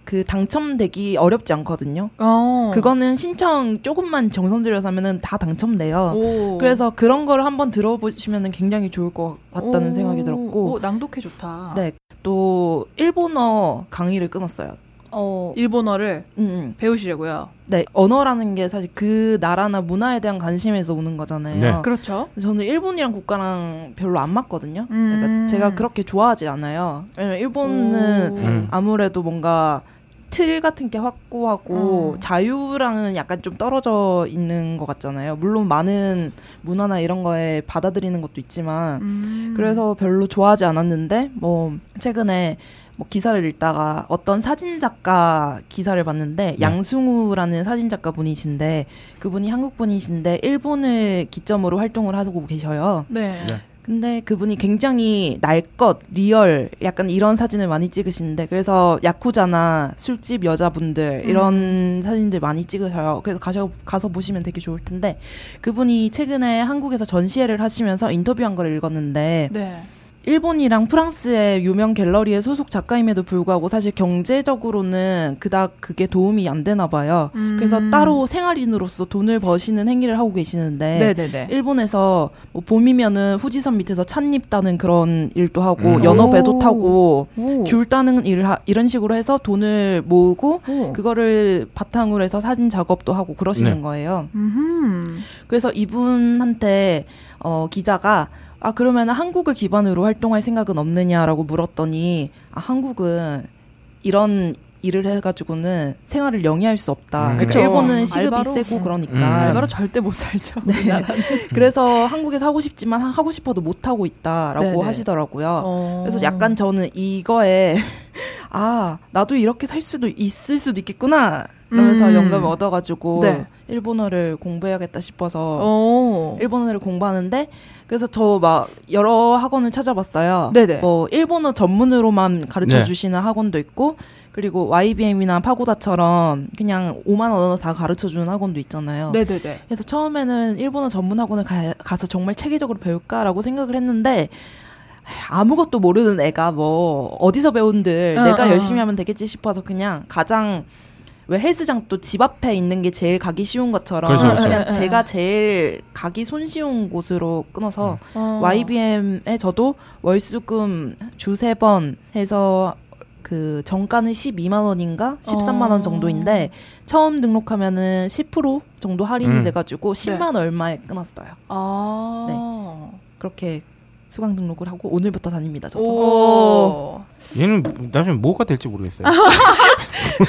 Speaker 4: 그 당첨되기 어렵지 않거든요.
Speaker 1: 어.
Speaker 4: 그거는 신청 조금만 정성 들여서 하면은 다 당첨돼요.
Speaker 1: 오.
Speaker 4: 그래서 그런 걸 한번 들어보시면은 굉장히 좋을 것 같다는
Speaker 1: 오.
Speaker 4: 생각이 들었고,
Speaker 1: 오, 낭독해 좋다.
Speaker 4: 네. 또 일본어 강의를 끊었어요.
Speaker 3: 어,
Speaker 1: 일본어를
Speaker 4: 음, 음.
Speaker 1: 배우시려고요.
Speaker 4: 네, 언어라는 게 사실 그 나라나 문화에 대한 관심에서 오는 거잖아요.
Speaker 2: 네.
Speaker 1: 그렇죠.
Speaker 4: 저는 일본이랑 국가랑 별로 안 맞거든요.
Speaker 1: 음.
Speaker 4: 그러니까 제가 그렇게 좋아하지 않아요. 왜냐면 일본은
Speaker 1: 오.
Speaker 2: 음.
Speaker 4: 아무래도 뭔가 틀 같은 게 확고하고
Speaker 1: 음.
Speaker 4: 자유랑은 약간 좀 떨어져 있는 것 같잖아요. 물론 많은 문화나 이런 거에 받아들이는 것도 있지만
Speaker 1: 음.
Speaker 4: 그래서 별로 좋아하지 않았는데 뭐 최근에 뭐 기사를 읽다가 어떤 사진 작가 기사를 봤는데
Speaker 2: 네.
Speaker 4: 양승우라는 사진 작가 분이신데 그분이 한국 분이신데 일본을 기점으로 활동을 하고 계셔요.
Speaker 1: 네.
Speaker 2: 네.
Speaker 4: 근데 그분이 굉장히 날것 리얼 약간 이런 사진을 많이 찍으시는데 그래서 야쿠자나 술집 여자분들 이런 사진들 많이 찍으셔요. 그래서 가셔 가서 보시면 되게 좋을 텐데 그분이 최근에 한국에서 전시회를 하시면서 인터뷰한 걸 읽었는데
Speaker 1: 네.
Speaker 4: 일본이랑 프랑스의 유명 갤러리에 소속 작가임에도 불구하고 사실 경제적으로는 그닥 그게 도움이 안 되나 봐요.
Speaker 1: 음.
Speaker 4: 그래서 따로 생활인으로서 돈을 버시는 행위를 하고 계시는데
Speaker 1: 네, 네, 네.
Speaker 4: 일본에서 뭐 봄이면은 후지선 밑에서 찻잎 따는 그런 일도 하고
Speaker 2: 음.
Speaker 4: 연어
Speaker 3: 오.
Speaker 4: 배도 타고
Speaker 3: 오.
Speaker 4: 귤 따는 일 하, 이런 식으로 해서 돈을 모으고
Speaker 3: 오.
Speaker 4: 그거를 바탕으로 해서 사진 작업도 하고 그러시는
Speaker 2: 네.
Speaker 4: 거예요.
Speaker 1: 음흠.
Speaker 4: 그래서 이분한테 어, 기자가 아 그러면 한국을 기반으로 활동할 생각은 없느냐라고 물었더니 아 한국은 이런 일을 해가지고는 생활을 영위할 수 없다.
Speaker 2: 음.
Speaker 4: 그러니까
Speaker 1: 그쵸.
Speaker 4: 일본은 시급이
Speaker 1: 알바로?
Speaker 4: 세고
Speaker 1: 음.
Speaker 4: 그러니까
Speaker 2: 음.
Speaker 1: 알바로 절대 못 살죠.
Speaker 4: 네.
Speaker 1: 우리나라는.
Speaker 4: 그래서 한국에서 하고 싶지만 하고 싶어도 못 하고 있다라고
Speaker 1: 네네.
Speaker 4: 하시더라고요.
Speaker 1: 어.
Speaker 4: 그래서 약간 저는 이거에 아 나도 이렇게 살 수도 있을 수도 있겠구나 그러면서
Speaker 1: 음.
Speaker 4: 영감을 얻어가지고
Speaker 1: 네.
Speaker 4: 일본어를 공부해야겠다 싶어서
Speaker 1: 어.
Speaker 4: 일본어를 공부하는데 그래서 저 막 여러 학원을 찾아봤어요.
Speaker 1: 네네.
Speaker 4: 뭐 일본어 전문으로만 가르쳐
Speaker 2: 네.
Speaker 4: 주시는 학원도 있고 그리고 YBM이나 파고다처럼 그냥 5만 언어 다 가르쳐 주는 학원도 있잖아요.
Speaker 1: 네, 네, 네.
Speaker 4: 그래서 처음에는 일본어 전문 학원을 가, 가서 정말 체계적으로 배울까라고 생각을 했는데 아무것도 모르는 애가 뭐 어디서 배운들
Speaker 1: 어,
Speaker 4: 내가
Speaker 1: 어.
Speaker 4: 열심히 하면 되겠지 싶어서 그냥 가장 왜 헬스장 또 집 앞에 있는 게 제일 가기 쉬운 것처럼
Speaker 2: 그렇죠,
Speaker 4: 냥
Speaker 2: 그렇죠.
Speaker 4: 제가 제일 가기 손쉬운 곳으로 끊어서
Speaker 2: 음.
Speaker 1: 어.
Speaker 4: YBM에 저도 월수금 주 세 번 해서 그 정가는 12만 원인가 13만
Speaker 1: 어.
Speaker 4: 원 정도인데 처음 등록하면은 10% 정도 할인이
Speaker 2: 음.
Speaker 4: 돼가지고
Speaker 1: 네.
Speaker 4: 10만 얼마에 끊었어요. 네.
Speaker 1: 아.
Speaker 4: 그렇게 수강 등록을 하고 오늘부터 다닙니다. 저도.
Speaker 1: 오.
Speaker 2: 얘는 나중에 뭐가 될지 모르겠어요.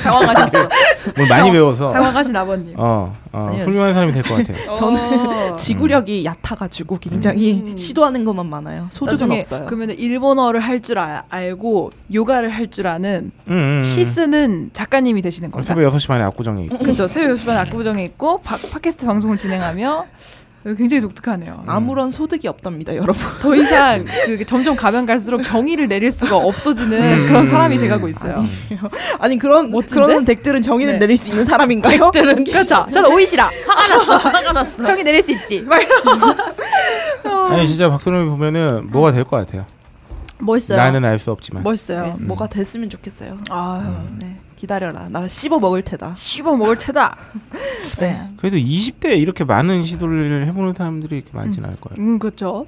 Speaker 1: 당황하셨어.
Speaker 2: 뭘 많이 배워서
Speaker 1: 당황하신 아버님.
Speaker 2: 어, 어
Speaker 4: 아니요.
Speaker 2: 훌륭한 사람이 될 것 같아요.
Speaker 1: 어. 저는
Speaker 4: 지구력이 얕아가지고 굉장히
Speaker 1: 음.
Speaker 4: 시도하는 것만 많아요. 소득은
Speaker 1: 나중에
Speaker 4: 없어요.
Speaker 1: 그러면 일본어를 할 줄 아, 알고 요가를 할 줄 아는
Speaker 2: 음, 음, 음.
Speaker 1: 시 쓰는 작가님이 되시는
Speaker 2: 그럼
Speaker 1: 겁니다.
Speaker 2: 새벽 6시 반에 압구정에 있고.
Speaker 1: 그렇죠. 새벽 6시 반 악구부정에 있고 바- 팟캐스트 방송을 진행하며 굉장히 독특하네요.
Speaker 2: 음.
Speaker 4: 아무런 소득이 없답니다, 여러분.
Speaker 1: 더 이상 그 점점 가면 갈수록 정의를 내릴 수가 없어지는
Speaker 2: 음.
Speaker 1: 그런 사람이 돼가고 있어요.
Speaker 4: 아니 그런 그런 덱들은 정의를
Speaker 1: 네.
Speaker 4: 내릴 수 있는 사람인가요? 덱들은
Speaker 1: 그렇죠. 저는 오이시라. 화가 났어.
Speaker 3: 아, 화가 났어.
Speaker 1: 음. 정의 내릴 수 있지.
Speaker 4: 음.
Speaker 2: 아니 진짜 박선호이 보면은 뭐가 될 것 같아요.
Speaker 4: 멋있어요. 네,
Speaker 2: 나는 알 수 없지만.
Speaker 1: 멋있어요.
Speaker 4: 뭐가 됐으면 좋겠어요.
Speaker 1: 아유,
Speaker 2: 음.
Speaker 1: 네.
Speaker 4: 기다려라. 나 씹어 먹을 테다.
Speaker 1: 씹어 먹을 채다. 네.
Speaker 2: 그래도 20대에 이렇게 많은 시도를 해보는 사람들이 이렇게 많지는 않을 거예요.
Speaker 1: 음, 그렇죠.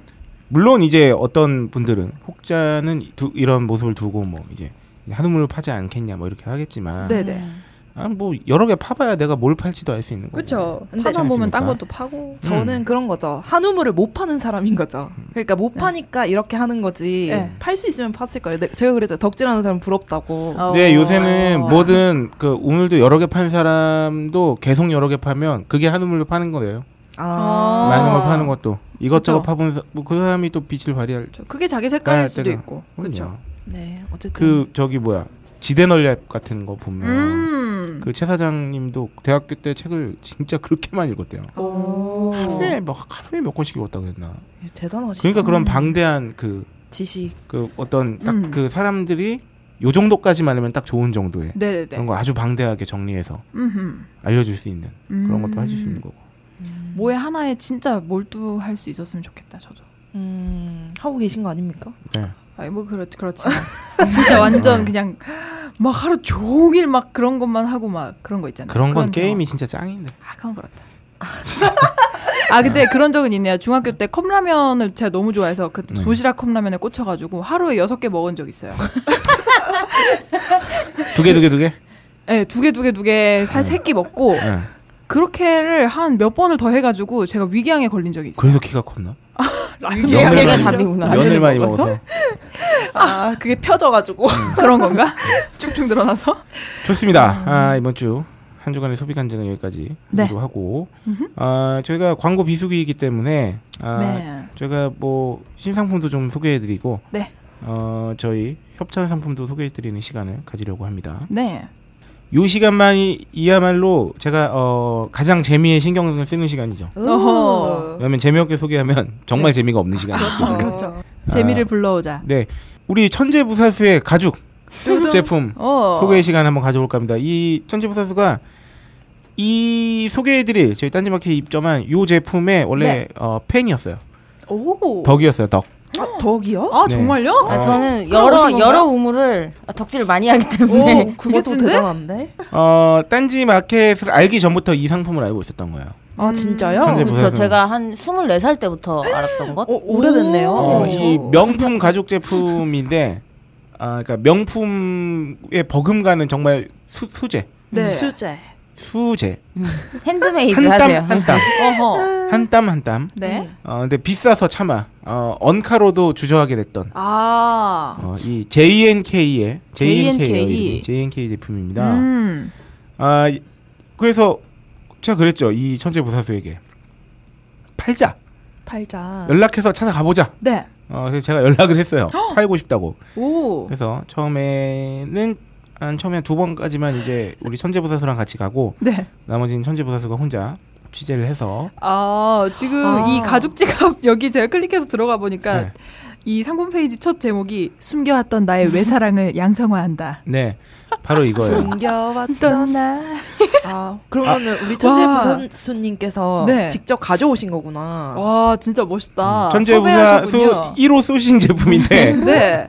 Speaker 2: 물론 이제 어떤 분들은 혹자는 두, 이런 모습을 두고 뭐 이제 한우물을 파지 않겠냐 뭐 이렇게 하겠지만
Speaker 1: 네네.
Speaker 2: 아 뭐 여러 개 파봐야 내가 뭘 팔지도 알 수 있는 거고.
Speaker 1: 그렇죠.
Speaker 4: 근데
Speaker 1: 파전 보면 딴 것도
Speaker 2: 그러니까.
Speaker 1: 파고.
Speaker 4: 저는 그런 거죠. 한우물을 못 파는 사람인 거죠. 그러니까 못 파니까 이렇게 하는 거지.
Speaker 1: 네.
Speaker 4: 팔 수 있으면 팠을 거예요. 네, 제가 그랬죠. 덕질하는 사람 부럽다고.
Speaker 2: 근데
Speaker 1: 어.
Speaker 2: 네, 요새는 뭐든 그 오늘도 여러 개 파는 사람도 계속 여러 개 파면 그게 한우물로 파는 거예요.
Speaker 1: 아.
Speaker 2: 많은 걸 파는 것도 이것저것
Speaker 1: 그쵸.
Speaker 2: 파본 사- 뭐그 사람이 또 빛을 발휘할.
Speaker 1: 저- 그게 자기 색깔일
Speaker 2: 아,
Speaker 1: 수도
Speaker 2: 내가.
Speaker 1: 있고.
Speaker 2: 그럼요.
Speaker 1: 그렇죠.
Speaker 4: 네, 어쨌든
Speaker 2: 그 저기 뭐야 지대널랩 같은 거 보면
Speaker 1: 음.
Speaker 2: 그 최 사장님도 대학교 때 책을 진짜 그렇게만 읽었대요.
Speaker 1: 오.
Speaker 2: 뭐 하루에 막 하루에 몇 권씩 읽었다 그랬나.
Speaker 4: 대단하시다.
Speaker 2: 그러니까 그런 방대한 그 그
Speaker 4: 지식.
Speaker 2: 어떤 딱
Speaker 1: 음.
Speaker 2: 그 사람들이 요 정도까지만 하면 딱 좋은 정도의 그런
Speaker 1: 네네네.
Speaker 2: 거 아주 방대하게 정리해서
Speaker 1: 음흠.
Speaker 2: 알려줄 수 있는 그런 것도
Speaker 1: 음.
Speaker 2: 하실 수 있는 거고.
Speaker 1: 뭐에 하나에 진짜 몰두할 수 있었으면 좋겠다. 저도.
Speaker 4: 음, 하고 계신 거 아닙니까?
Speaker 2: 네.
Speaker 1: 아니 뭐 그렇 그렇지. 진짜 완전 그냥 막 하루 종일 막 그런 것만 하고 막 그런 거 있잖아요.
Speaker 2: 그런 건
Speaker 1: 그런
Speaker 2: 게임이 진짜 짱인데.
Speaker 1: 아 그건 그렇다. 아 근데 그런 적은 있네요. 중학교 때 컵라면을 제가 너무 좋아해서 그
Speaker 2: 네.
Speaker 1: 도시락 컵라면에 꽂혀가지고 하루에 여섯 개 먹은 적 있어요.
Speaker 2: 두 개 두 개 두 개.
Speaker 1: 네, 두 개 두 개 두 개 한 세 끼 먹고
Speaker 2: 네.
Speaker 1: 그렇게를 한 몇 번을 더 해가지고 제가 위궤양에 걸린 적이 있어요.
Speaker 2: 그래서 키가 컸나?
Speaker 3: 이게
Speaker 2: 면을 많이-
Speaker 3: 답이구나.
Speaker 1: 라면을
Speaker 2: 면을 많이
Speaker 1: 먹어서?
Speaker 2: 먹어서
Speaker 4: 아 그게 펴져가지고
Speaker 1: 그런 건가? 쭉쭉 늘어나서.
Speaker 2: 좋습니다. 아, 이번 주 한 주간의 소비 간증은 여기까지
Speaker 1: 네.
Speaker 2: 로 하고 아, 저희가 광고 비수기이기 때문에 아,
Speaker 1: 네.
Speaker 2: 저희가 뭐 신상품도 좀 소개해드리고
Speaker 1: 네.
Speaker 2: 어, 저희 협찬 상품도 소개해드리는 시간을 가지려고 합니다.
Speaker 1: 네.
Speaker 2: 이 시간만이야말로 제가 어, 가장 재미에 신경을 쓰는 시간이죠.
Speaker 1: 어허.
Speaker 2: 왜냐면 재미없게 소개하면 정말 재미가 없는 시간.
Speaker 1: 그렇죠. 그렇죠. 재미를 불러오자.
Speaker 2: 네, 우리 천재 부사수의 가죽 제품
Speaker 1: 어.
Speaker 2: 소개 시간 한번 가져볼까 합니다. 이 천지부 선수가 이 소개해드릴 저희 딴지마켓 에 입점한 이 제품의 원래
Speaker 1: 네.
Speaker 2: 어, 팬이었어요.
Speaker 1: 오.
Speaker 2: 덕이었어요. 덕.
Speaker 4: 아, 덕이요?
Speaker 1: 아
Speaker 2: 네.
Speaker 1: 정말요?
Speaker 3: 아,
Speaker 2: 아,
Speaker 3: 저는
Speaker 1: 그럼
Speaker 3: 여러
Speaker 1: 오신 건가요?
Speaker 3: 여러 우물을 아, 덕질을 많이 하기 때문에
Speaker 1: 오,
Speaker 4: 네. 그게 더
Speaker 1: 멋진데?
Speaker 4: 대단한데?
Speaker 2: 어, 딴지마켓을 알기 전부터 이 상품을 알고 있었던 거예요.
Speaker 4: 아 진짜요?
Speaker 2: 천재
Speaker 3: 그렇죠.
Speaker 2: 부사수는.
Speaker 3: 제가 한 24살 때부터 알았던 것.
Speaker 4: 어, 오래됐네요.
Speaker 2: 어,
Speaker 1: 오.
Speaker 2: 이 명품 가죽 제품인데, 아, 그러니까 명품의 버금가는 정말 수, 수제,
Speaker 1: 네.
Speaker 4: 수제.
Speaker 2: 수제
Speaker 3: 핸드메이드
Speaker 2: 한 땀
Speaker 3: 하세요.
Speaker 2: 한 땀
Speaker 1: 어허.
Speaker 2: 한 땀 한 땀.
Speaker 1: 네.
Speaker 2: 어, 근데 비싸서 참아 어, 언카로도 주저하게 됐던
Speaker 1: 아.
Speaker 2: 어, 이 JNK의 JNK
Speaker 1: JNK.
Speaker 2: JNK, JNK 제품입니다.
Speaker 1: 음.
Speaker 2: 아 이- 그래서 제가 그랬죠 이 천재 부사수에게 팔자
Speaker 4: 팔자.
Speaker 2: 연락해서 찾아가 보자.
Speaker 1: 네.
Speaker 2: 어, 그래서 제가 연락을 했어요. 팔고 싶다고.
Speaker 1: 오.
Speaker 2: 그래서 처음에는 한 처음에 두 번까지만 이제 우리 천재 부사수랑 같이 가고
Speaker 1: 네.
Speaker 2: 나머지는 천재 부사수가 혼자 취재를 해서
Speaker 1: 아 지금
Speaker 4: 아.
Speaker 1: 이 가죽 지갑 여기 제가 클릭해서 들어가 보니까
Speaker 2: 네.
Speaker 1: 이 상품 페이지 첫 제목이 숨겨왔던 나의 외사랑을 양성화한다.
Speaker 2: 네 바로 이거예요.
Speaker 4: 숨겨왔던
Speaker 1: 떠나.
Speaker 4: 아 그러면은 우리 천재
Speaker 1: 와.
Speaker 4: 부선수님께서
Speaker 1: 네. 어.
Speaker 4: 직접 가져오신 거구나.
Speaker 1: 와 진짜 멋있다.
Speaker 2: 음, 천재 부사수
Speaker 1: 아, 섭외하셨군요.
Speaker 2: 1호 쏘신 제품인데
Speaker 1: 네.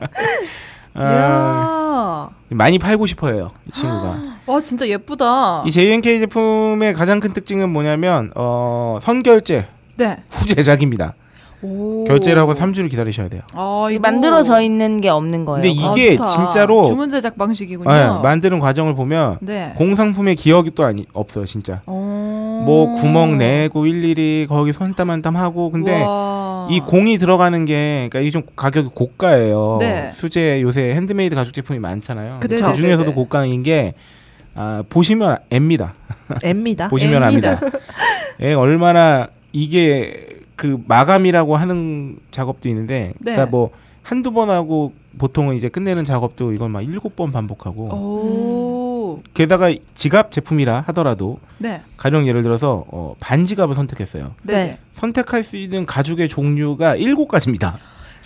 Speaker 2: 아,
Speaker 1: 이야.
Speaker 2: 많이 팔고 싶어요 이 친구가.
Speaker 1: 와 진짜 예쁘다.
Speaker 2: 이 JNK 제품의 가장 큰 특징은 뭐냐면 어, 선결제
Speaker 1: 네.
Speaker 2: 후 제작입니다.
Speaker 1: 오.
Speaker 2: 결제를 하고 3주를 기다리셔야 돼요.
Speaker 1: 아, 이거.
Speaker 3: 만들어져 있는 게 없는 거예요.
Speaker 2: 근데
Speaker 1: 아,
Speaker 2: 이게
Speaker 1: 좋다.
Speaker 2: 진짜로-
Speaker 1: 주문 제작 방식이군요.
Speaker 2: 예, 만드는 과정을 보면
Speaker 1: 네.
Speaker 2: 공상품의 기억이 또 아니, 없어요 진짜.
Speaker 1: 어.
Speaker 2: 뭐 구멍 내고 일일이 거기 손땀 한 땀 하고 근데
Speaker 1: 우와.
Speaker 2: 이 공이 들어가는 게 그러니까 이게 좀 가격이 고가예요.
Speaker 1: 네.
Speaker 2: 수제 요새 핸드메이드 가죽 제품이 많잖아요. 근데
Speaker 1: 그쵸.
Speaker 2: 그 중에서도
Speaker 1: 네네.
Speaker 2: 고가인 게 아, 보시면 앱니다.
Speaker 1: 아,
Speaker 4: 앱니다.
Speaker 2: 보시면
Speaker 1: M이다.
Speaker 2: 압니다. 예, 얼마나 이게 그 마감이라고 하는 작업도 있는데,
Speaker 1: 네.
Speaker 2: 그러니까 뭐 한두 번 하고 보통은 이제 끝내는 작업도 이걸 막 일곱 번 반복하고,
Speaker 1: 어.
Speaker 2: 음.
Speaker 1: 오.
Speaker 2: 게다가 지갑 제품이라 하더라도
Speaker 1: 네.
Speaker 2: 가령 예를 들어서 어, 반지갑을 선택했어요.
Speaker 1: 네.
Speaker 2: 선택할 수 있는 가죽의 종류가 일곱 가지입니다.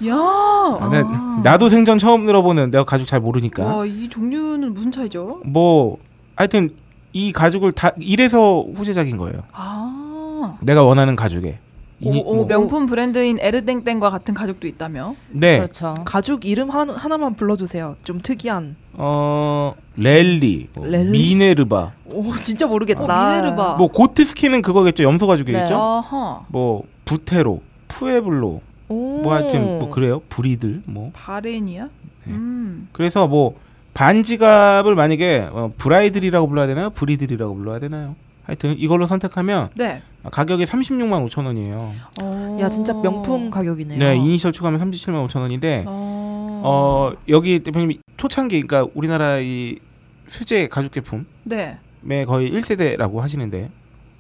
Speaker 1: 야. 아.
Speaker 2: 나- 나도 생전 처음 들어보는 내가 가죽 잘 모르니까
Speaker 1: 와, 이 종류는 무슨 차이죠?
Speaker 2: 뭐 하여튼 이 가죽을 다 이래서 후제작인 거예요.
Speaker 1: 아.
Speaker 2: 내가 원하는 가죽에.
Speaker 1: 오,
Speaker 2: 이-
Speaker 1: 오,
Speaker 2: 뭐.
Speaker 1: 명품 브랜드인 에르땡땡과 같은 가죽도 있다며?
Speaker 2: 네.
Speaker 3: 그렇죠.
Speaker 4: 가죽 이름 하, 하나만 불러주세요. 좀 특이한.
Speaker 2: 어 렐리, 뭐
Speaker 4: 렐리? 아.
Speaker 2: 미네르바,
Speaker 4: 오 진짜 모르겠다.
Speaker 1: 어, 미네르바.
Speaker 2: 뭐 고트스키는 그거겠죠 염소 가죽이겠죠.
Speaker 3: 네.
Speaker 1: 아하.
Speaker 2: 뭐 부테로, 푸에블로,
Speaker 4: 오.
Speaker 2: 뭐 하여튼 뭐 그래요 브리들 뭐.
Speaker 1: 바렌이야? 음.
Speaker 2: 그래서 뭐 반지갑을 만약에 어, 브라이들이라고 불러야 되나요, 브리들이라고 불러야 되나요? 하여튼 이걸로 선택하면
Speaker 1: 네. 어.
Speaker 2: 가격이 36만 5천 원이에요.
Speaker 4: 야 진짜 명품 가격이네요.
Speaker 2: 네, 이니셜 추가하면 37만 5천 원인데
Speaker 1: 어.
Speaker 2: 어 여기 대표님이 초창기 그러니까 우리나라 이 수제 가죽 제품의
Speaker 1: 네.
Speaker 2: 거의 1세대라고 하시는데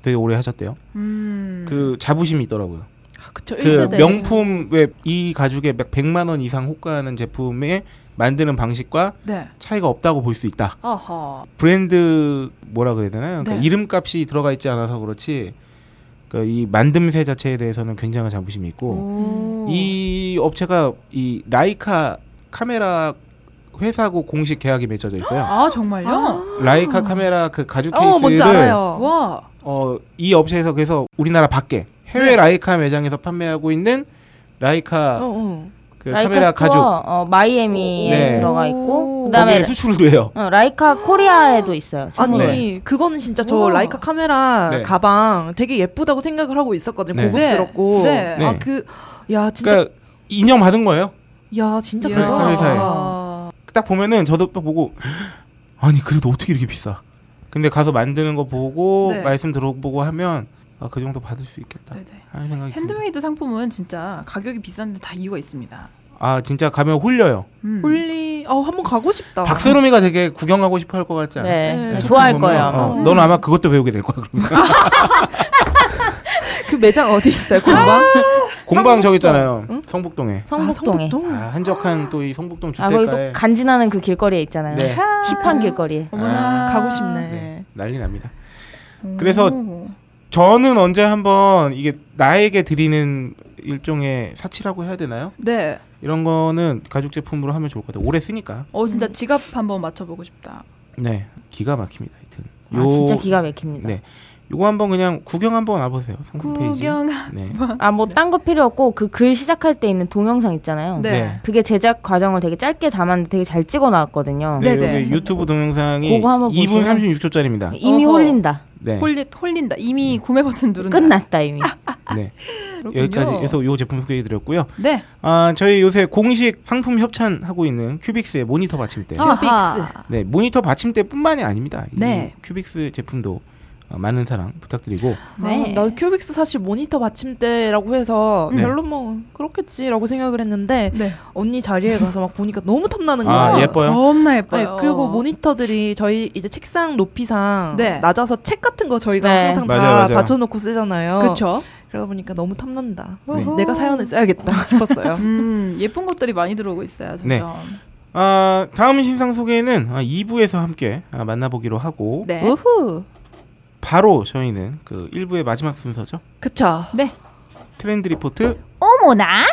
Speaker 2: 되게 오래 하셨대요.
Speaker 1: 음.
Speaker 2: 그 자부심이 있더라고요.
Speaker 4: 아, 그쵸.
Speaker 2: 그
Speaker 4: 1세대.
Speaker 2: 명품 왜 이 가죽에 막 100만 원 이상 호가하는 제품에 만드는 방식과
Speaker 1: 네.
Speaker 2: 차이가 없다고 볼 수 있다.
Speaker 1: 아하.
Speaker 2: 브랜드 뭐라 그래야 되나요? 그러니까
Speaker 1: 네.
Speaker 2: 이름값이 들어가 있지 않아서 그렇지. 그러니까 이 만듦새 자체에 대해서는 굉장한 자부심이 있고
Speaker 1: 오.
Speaker 2: 이 업체가 이 라이카 카메라 회사하고 공식 계약이 맺어져 있어요.
Speaker 1: 아, 정말요?
Speaker 4: 아.
Speaker 2: 라이카 카메라 그 가죽
Speaker 4: 어 뭔지
Speaker 2: 케이스를
Speaker 4: 알아요.
Speaker 1: 아. 와.
Speaker 2: 어, 이 업체에서 그래서 우리나라 밖에
Speaker 3: 네.
Speaker 2: 해외 라이카 매장에서 판매하고 있는 라이카
Speaker 4: 어, 어.
Speaker 2: 그
Speaker 3: 라이카
Speaker 2: 카메라
Speaker 3: 스토어,
Speaker 2: 가죽
Speaker 3: 어, 마이애미에
Speaker 2: 네.
Speaker 3: 들어가 있고
Speaker 2: 거기에
Speaker 3: 그다음에
Speaker 2: 수출도 해요.
Speaker 3: 어, 라이카 코리아에도 있어요.
Speaker 1: 네.
Speaker 4: 아니
Speaker 3: 중국에.
Speaker 4: 그거는 진짜 저
Speaker 1: 우와.
Speaker 4: 라이카 카메라
Speaker 2: 네.
Speaker 4: 가방 되게 예쁘다고 생각을 하고 있었거든요.
Speaker 2: 네.
Speaker 4: 고급스럽고.
Speaker 1: 네.
Speaker 2: 네.
Speaker 4: 아 그 야 진짜
Speaker 2: 그러니까 인형 받은 거예요.
Speaker 4: 야 진짜
Speaker 1: 이야.
Speaker 2: 라이카 회사에.
Speaker 4: 대단하다. 아,
Speaker 1: 아,
Speaker 2: 딱 보면은 저도 딱 보고 아니 그래도 어떻게 이렇게 비싸? 근데 가서 만드는 거 보고
Speaker 1: 네.
Speaker 2: 말씀 들어보고 하면 아, 그 정도 받을 수 있겠다
Speaker 1: 네네.
Speaker 2: 하는 생각이 듭니다.
Speaker 1: 핸드메이드 상품은 진짜 가격이 비싼데 다 이유가 있습니다.
Speaker 2: 아 진짜 가면 홀려요.
Speaker 1: 음.
Speaker 4: 홀리 어 한번 가고 싶다.
Speaker 2: 박세롬이가 되게 구경하고 싶어할 것 같지 않아?
Speaker 3: 네,
Speaker 4: 네,
Speaker 3: 네,
Speaker 4: 좋다,
Speaker 3: 좋아할
Speaker 2: 보면.
Speaker 3: 거예요.
Speaker 2: 어,
Speaker 3: 아마. 음.
Speaker 2: 너는 아마 그것도 배우게 될 거야. 그러면.
Speaker 4: 그 매장 어디 있어요?
Speaker 1: 아,
Speaker 4: 공방?
Speaker 2: 공방 저기 있잖아요. 성북동에.
Speaker 3: 성북동에.
Speaker 4: 아, 성북동?
Speaker 2: 아, 한적한 또 이 성북동
Speaker 3: 음. 아, 거기 또
Speaker 2: 주택가에
Speaker 3: 간지나는 그 길거리에 있잖아요.
Speaker 2: 네.
Speaker 3: 힙한 길거리에.
Speaker 1: 어머나
Speaker 4: 가고 싶네.
Speaker 2: 네, 난리 납니다.
Speaker 1: 음.
Speaker 2: 그래서 저는 언제 한번 이게 나에게 드리는 일종의 사치라고 해야 되나요?
Speaker 1: 네.
Speaker 2: 이런 거는 가죽 제품으로 하면 좋을 것 같아요. 오래 쓰니까.
Speaker 1: 어 진짜 지갑 한번 맞춰보고 싶다.
Speaker 2: 네. 기가 막힙니다. 하여튼.
Speaker 3: 아, 진짜 기가 막힙니다.
Speaker 2: 네. 요거 한번 그냥 구경 한번 와보세요. 상품 페이지.
Speaker 1: 구경.
Speaker 2: 네.
Speaker 3: 아, 뭐 딴 거 필요 없고 그 글 시작할 때 있는 동영상
Speaker 2: 어,
Speaker 3: 있잖아요.
Speaker 1: 네.
Speaker 3: 그게 제작 과정을 되게 짧게 담았는데 되게 잘 찍어 나왔거든요.
Speaker 2: 네,
Speaker 1: 네네.
Speaker 2: 여기 유튜브 동영상이
Speaker 3: 그거 한번
Speaker 2: 2분
Speaker 3: 보시면-
Speaker 2: 36초짜리입니다.
Speaker 3: 이미
Speaker 1: 어허.
Speaker 3: 홀린다.
Speaker 2: 네.
Speaker 1: 홀리, 홀린다. 이미 구매 버튼 누른다.
Speaker 3: 끝났다 이미.
Speaker 2: 네.
Speaker 3: 아,
Speaker 1: 그렇군요.
Speaker 2: 여기까지 해서 요 제품 소개해 드렸고요.
Speaker 1: 네.
Speaker 2: 아, 저희 요새 공식 상품 협찬하고 있는 큐빅스의 모니터 받침대.
Speaker 1: 아하.
Speaker 2: 네, 모니터 받침대뿐만이 아닙니다. 이
Speaker 1: 어? 네.
Speaker 2: 큐빅스 제품도 어, 많은 사랑 부탁드리고.
Speaker 1: 네.
Speaker 4: 아, 나 큐빅스 사실 모니터 받침대라고 해서
Speaker 2: 네.
Speaker 4: 별로 뭐 그렇겠지라고 생각을 했는데
Speaker 1: 네. 언니
Speaker 4: 언니 자리에 가서 막 보니까 너무 탐나는
Speaker 2: 아,
Speaker 4: 거야.
Speaker 2: 예뻐요.
Speaker 1: 겁나
Speaker 4: 네,
Speaker 1: 예뻐요.
Speaker 4: 그리고 모니터들이 저희 이제 책상 높이상
Speaker 1: 네.
Speaker 4: 낮아서 책 같은 거 저희가
Speaker 3: 네.
Speaker 4: 항상
Speaker 2: 맞아요,
Speaker 4: 다
Speaker 2: 맞아요.
Speaker 4: 받쳐놓고 쓰잖아요.
Speaker 1: 그렇죠.
Speaker 4: 그러다 보니까 너무 탐난다.
Speaker 2: 네.
Speaker 4: 내가 사연을 써야겠다 싶었어요.
Speaker 1: 음, 예쁜 것들이 많이 들어오고 있어요. 점점.
Speaker 2: 네. 아, 다음 신상 소개는 아, 2부에서 함께 아, 만나보기로 하고
Speaker 1: 네.
Speaker 4: 어? 우후.
Speaker 2: 바로 저희는 그 1부의 마지막 순서죠.
Speaker 4: 그쵸.
Speaker 2: 트렌드 리포트
Speaker 1: 어머나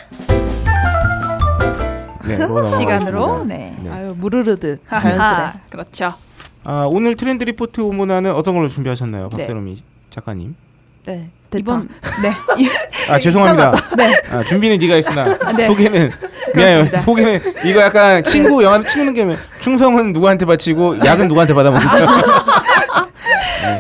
Speaker 2: 네, 로 넘어가겠습니다.
Speaker 1: 시간으로 네.
Speaker 2: 네.
Speaker 4: 아유 무르르듯 자연스레.
Speaker 1: 자연스레. 그렇죠.
Speaker 2: 아, 오늘 트렌드 리포트 오문화는 어떤 걸로 준비하셨나요,
Speaker 1: 네.
Speaker 2: 박세롬이 작가님?
Speaker 4: 네. 됐다.
Speaker 1: 이번 네. 이- 네.
Speaker 2: 아 죄송합니다. 아, 준비는 네가 했으나
Speaker 1: 아, 네.
Speaker 2: 소개는 미안해요.
Speaker 1: 그렇습니다.
Speaker 2: 소개는 이거 약간 친구 영화 친구는 게임 충성은 누구한테 바치고 약은 누구한테 받아먹는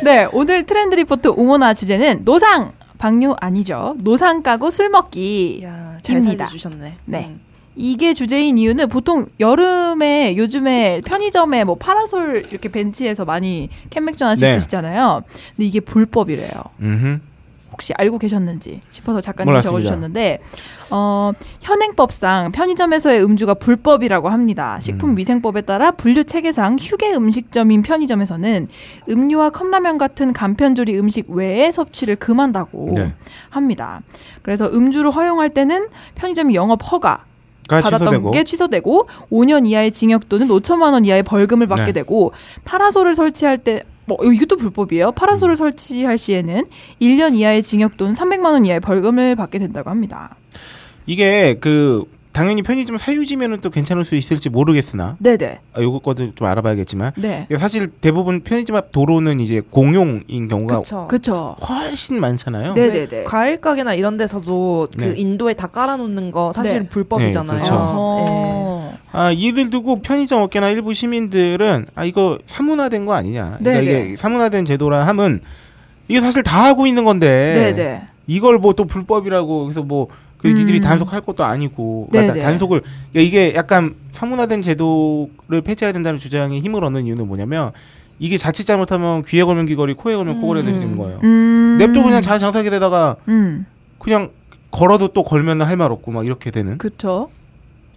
Speaker 1: 네, 오늘 트렌드 리포트 오모나 주제는 노상 방류 아니죠. 노상 까고 술 먹기.
Speaker 4: 이야 잘
Speaker 1: 입니다.
Speaker 4: 살려주셨네.
Speaker 1: 네.
Speaker 4: 음.
Speaker 1: 이게 주제인 이유는 보통 여름에 요즘에 편의점에 뭐 파라솔 이렇게 벤치에서 많이 캔맥주 하나씩
Speaker 2: 네.
Speaker 1: 드시잖아요. 근데 이게 불법이래요.
Speaker 2: 음흠.
Speaker 1: 혹시 알고 계셨는지 싶어서 작가님
Speaker 2: 몰랐습니다.
Speaker 1: 적어주셨는데 어, 현행법상 편의점에서의 음주가 불법이라고 합니다.
Speaker 2: 음.
Speaker 1: 식품위생법에 따라 분류 체계상 휴게 음식점인 편의점에서는 음료와 컵라면 같은 간편조리 음식 외에 섭취를 금한다고
Speaker 2: 네.
Speaker 1: 합니다. 그래서 음주를 허용할 때는 편의점이 영업 허가
Speaker 2: 가
Speaker 1: 받았던
Speaker 2: 아, 취소되고
Speaker 1: 게 취소되고 5년 이하의 징역 또는 5천만 원 이하의 벌금을 받게
Speaker 2: 네. 되고
Speaker 1: 되고 파라솔을 설치할 때 뭐, 이것도 불법이에요.
Speaker 2: 음.
Speaker 1: 파라솔을 설치할 시에는 1년 이하의 징역 또는 300만 원 이하의 벌금을 받게 된다고 합니다.
Speaker 2: 이게 그 당연히 편의점 사유지면은 또 괜찮을 수 있을지 모르겠으나
Speaker 1: 네네.
Speaker 2: 아, 요거 것도 좀 알아봐야겠지만
Speaker 1: 네.
Speaker 2: 사실 대부분 편의점 앞 도로는 이제 공용인 경우가
Speaker 4: 그쵸.
Speaker 1: 어. 그쵸.
Speaker 2: 훨씬 많잖아요.
Speaker 1: 네.
Speaker 4: 왜
Speaker 1: 네네네.
Speaker 4: 과일 가게나 이런 데서도
Speaker 2: 네.
Speaker 4: 그 인도에 다 깔아놓는 거 사실
Speaker 1: 네.
Speaker 4: 불법이잖아요.
Speaker 2: 네, 그쵸.
Speaker 4: 네.
Speaker 1: 어허.
Speaker 2: 아, 이를 두고 편의점 업계나 일부 시민들은 아 이거 사문화된 거 아니냐. 그러니까
Speaker 1: 네네.
Speaker 2: 이게 사문화된 제도라 함은 이게 사실 다 하고 있는 건데
Speaker 1: 네네.
Speaker 2: 이걸 뭐 또 불법이라고 그래서 뭐 그,
Speaker 1: 음.
Speaker 2: 니들이 단속할 것도 아니고 그러니까
Speaker 1: 네네.
Speaker 2: 다- 단속을 그러니까 이게 약간 사문화된 제도를 폐지해야 된다는 주장에 힘을 얻는 이유는 뭐냐면 이게 자칫 잘못하면 귀에 걸면 귀걸이 코에 걸면 코걸이
Speaker 4: 음.
Speaker 2: 되는 거예요.
Speaker 1: 음.
Speaker 2: 냅둬 그냥 잘 장사하게 되다가
Speaker 1: 음.
Speaker 2: 그냥 걸어도 또 걸면 할 말 없고 막 이렇게 되는
Speaker 1: 그쵸.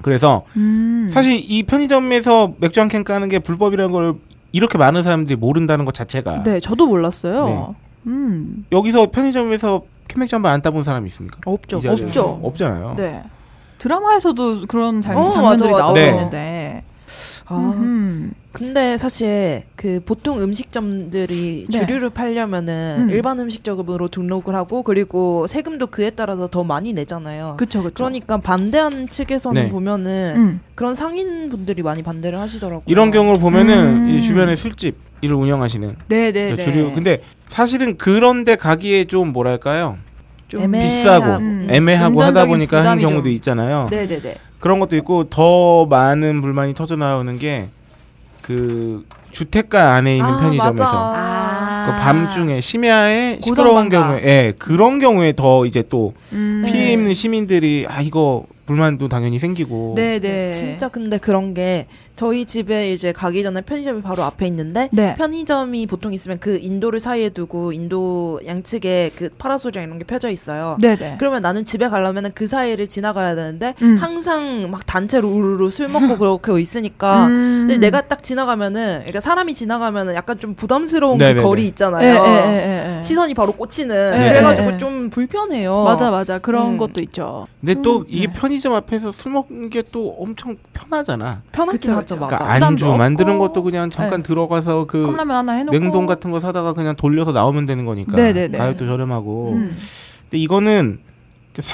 Speaker 2: 그래서
Speaker 1: 음.
Speaker 2: 사실 이 편의점에서 맥주 한 캔 까는 게 불법이라는 걸 이렇게 많은 사람들이 모른다는 것 자체가
Speaker 1: 네, 저도 몰랐어요.
Speaker 2: 네.
Speaker 1: 음.
Speaker 2: 여기서 편의점에서 캔맥주 한 번 안 따본 사람이 있습니까?
Speaker 1: 없죠.
Speaker 2: 이 자리에서?
Speaker 1: 없죠.
Speaker 2: 없잖아요.
Speaker 1: 네. 드라마에서도 그런 장,
Speaker 4: 어,
Speaker 1: 면들이
Speaker 4: 맞아, 맞아.
Speaker 1: 나오고
Speaker 2: 네.
Speaker 1: 있는데.
Speaker 4: 아,
Speaker 1: 음.
Speaker 4: 근데 사실 그 보통 음식점들이
Speaker 1: 네.
Speaker 4: 주류를 팔려면은
Speaker 1: 음.
Speaker 4: 일반 음식점으로 등록을 하고 그리고 세금도 그에 따라서 더 많이 내잖아요.
Speaker 1: 그쵸, 그쵸.
Speaker 4: 그러니까 반대하는 측에서는
Speaker 2: 네.
Speaker 4: 보면은
Speaker 1: 음.
Speaker 4: 그런 상인 분들이 많이 반대를 하시더라고요.
Speaker 2: 이런 경우를 보면은
Speaker 1: 음.
Speaker 2: 이 주변에 술집 일을 운영하시는
Speaker 1: 네네네.
Speaker 2: 주류 그러니까 근데 사실은 그런데 가기에 좀 뭐랄까요
Speaker 4: 좀 애매하고.
Speaker 2: 비싸고
Speaker 1: 음.
Speaker 2: 애매하고 하다
Speaker 1: 금전적인
Speaker 2: 보니까 하는
Speaker 1: 부담이 좀-
Speaker 2: 경우도 있잖아요.
Speaker 1: 네네네.
Speaker 2: 그런 것도 있고 더 많은 불만이 터져 나오는 게 그 주택가 안에 있는
Speaker 4: 아,
Speaker 2: 편의점에서
Speaker 4: 맞아.
Speaker 1: 아.
Speaker 2: 그 밤중에 심야에
Speaker 1: 고성
Speaker 2: 시끄러운
Speaker 1: 방가.
Speaker 2: 경우에 예, 그런 경우에 더 이제 또
Speaker 1: 음.
Speaker 4: 네.
Speaker 2: 피해 입는 시민들이 아 이거 불만도 당연히 생기고
Speaker 1: 네네.
Speaker 4: 진짜 근데 그런 게 저희 집에 이제 가기 전에 편의점이 바로 앞에 있는데
Speaker 1: 네.
Speaker 4: 편의점이 보통 있으면 그 인도를 사이에 두고 인도 양측에 그 파라솔이랑 이런 게 펴져 있어요.
Speaker 1: 네네.
Speaker 4: 그러면 나는 집에 가려면 그 사이를 지나가야 되는데
Speaker 1: 음.
Speaker 4: 항상 막 단체로 우르르 술 먹고 그렇게 있으니까
Speaker 1: 음.
Speaker 4: 근데 내가 딱 지나가면은 그러니까 사람이 지나가면은 약간 좀 부담스러운 그
Speaker 2: 네네네.
Speaker 4: 거리
Speaker 1: 예,
Speaker 4: 있잖아요.
Speaker 1: 예, 예, 예.
Speaker 4: 시선이 바로 꽂히는
Speaker 1: 네.
Speaker 4: 그래가지고
Speaker 1: 네.
Speaker 4: 좀 불편해요.
Speaker 1: 맞아 맞아 그런
Speaker 4: 음.
Speaker 1: 것도 있죠.
Speaker 2: 근데 또
Speaker 4: 음,
Speaker 2: 이게
Speaker 4: 네.
Speaker 2: 편의점 앞에서 술 먹는 게 또 엄청 편하잖아.
Speaker 4: 편하긴
Speaker 1: 그쵸,
Speaker 4: 하죠.
Speaker 1: 그쵸.
Speaker 4: 맞아.
Speaker 2: 그러니까
Speaker 1: 부담도
Speaker 2: 안주
Speaker 1: 없고.
Speaker 2: 만드는 것도 그냥 잠깐 들어가서 그
Speaker 1: 컵라면 하나 해놓고
Speaker 2: 냉동 같은 거 사다가 그냥 돌려서 나오면 되는 거니까
Speaker 1: 네네네.
Speaker 2: 가격도 저렴하고.
Speaker 1: 음.
Speaker 2: 근데 이거는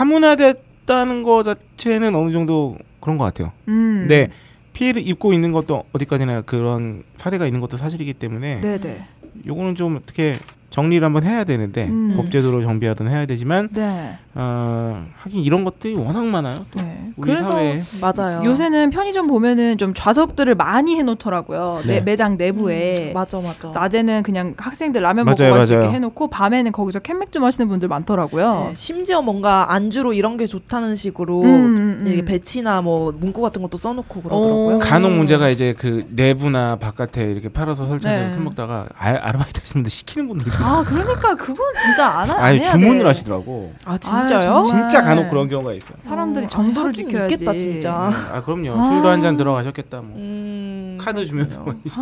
Speaker 2: 사문화됐다는 거 자체는 어느 정도 그런 것 같아요.
Speaker 1: 음.
Speaker 2: 근데 피해를 입고 있는 것도 어디까지나 그런 사례가 있는 것도 사실이기 때문에
Speaker 1: 네네.
Speaker 2: 요거는 좀 어떻게 정리를 한번 해야 되는데
Speaker 1: 음.
Speaker 2: 법제도로 정비하든 해야 되지만
Speaker 1: 네.
Speaker 2: 어, 하긴 이런 것들이 워낙 많아요.
Speaker 1: 네.
Speaker 2: 우리
Speaker 1: 그래서
Speaker 2: 사회에.
Speaker 4: 맞아요.
Speaker 1: 요새는 편의점 보면은 좀 좌석들을 많이 해놓더라고요.
Speaker 2: 네.
Speaker 1: 내- 매장
Speaker 4: 음,
Speaker 1: 내부에.
Speaker 4: 맞아 맞아.
Speaker 1: 낮에는 그냥 학생들 라면
Speaker 2: 맞아요,
Speaker 1: 먹고 갈 수 있게
Speaker 2: 맞아요.
Speaker 1: 해놓고 밤에는 거기서 캔맥주 마시는 분들 많더라고요.
Speaker 4: 네, 심지어 뭔가 안주로 이런 게 좋다는 식으로
Speaker 1: 음, 음, 음. 어.
Speaker 4: 이게 배치나 뭐 문구 같은 것도 써놓고 그러더라고요.
Speaker 1: 오.
Speaker 2: 간혹 문제가 이제 그 내부나 바깥에 이렇게 팔아서 설치해서
Speaker 1: 네.
Speaker 2: 술 먹다가 아, 아르바이트 하시는 분들 시키는 분들 있어요.
Speaker 1: 아 그러니까 그건 진짜 안 하.
Speaker 2: 아예
Speaker 1: 안 해야
Speaker 2: 주문을
Speaker 1: 돼.
Speaker 2: 하시더라고.
Speaker 4: 아
Speaker 1: 아,
Speaker 4: 진짜요?
Speaker 1: 정말.
Speaker 2: 진짜 간혹 그런 경우가 있어요.
Speaker 1: 사람들이
Speaker 4: 어,
Speaker 1: 정도를
Speaker 4: 하긴
Speaker 1: 지켜야지.
Speaker 4: 있겠다, 진짜.
Speaker 2: 아,
Speaker 4: 아.
Speaker 2: 그럼요.
Speaker 1: 아.
Speaker 2: 술도 한 잔 들어가셨겠다. 뭐
Speaker 4: 음,
Speaker 2: 카드 주면서 뭐 이제.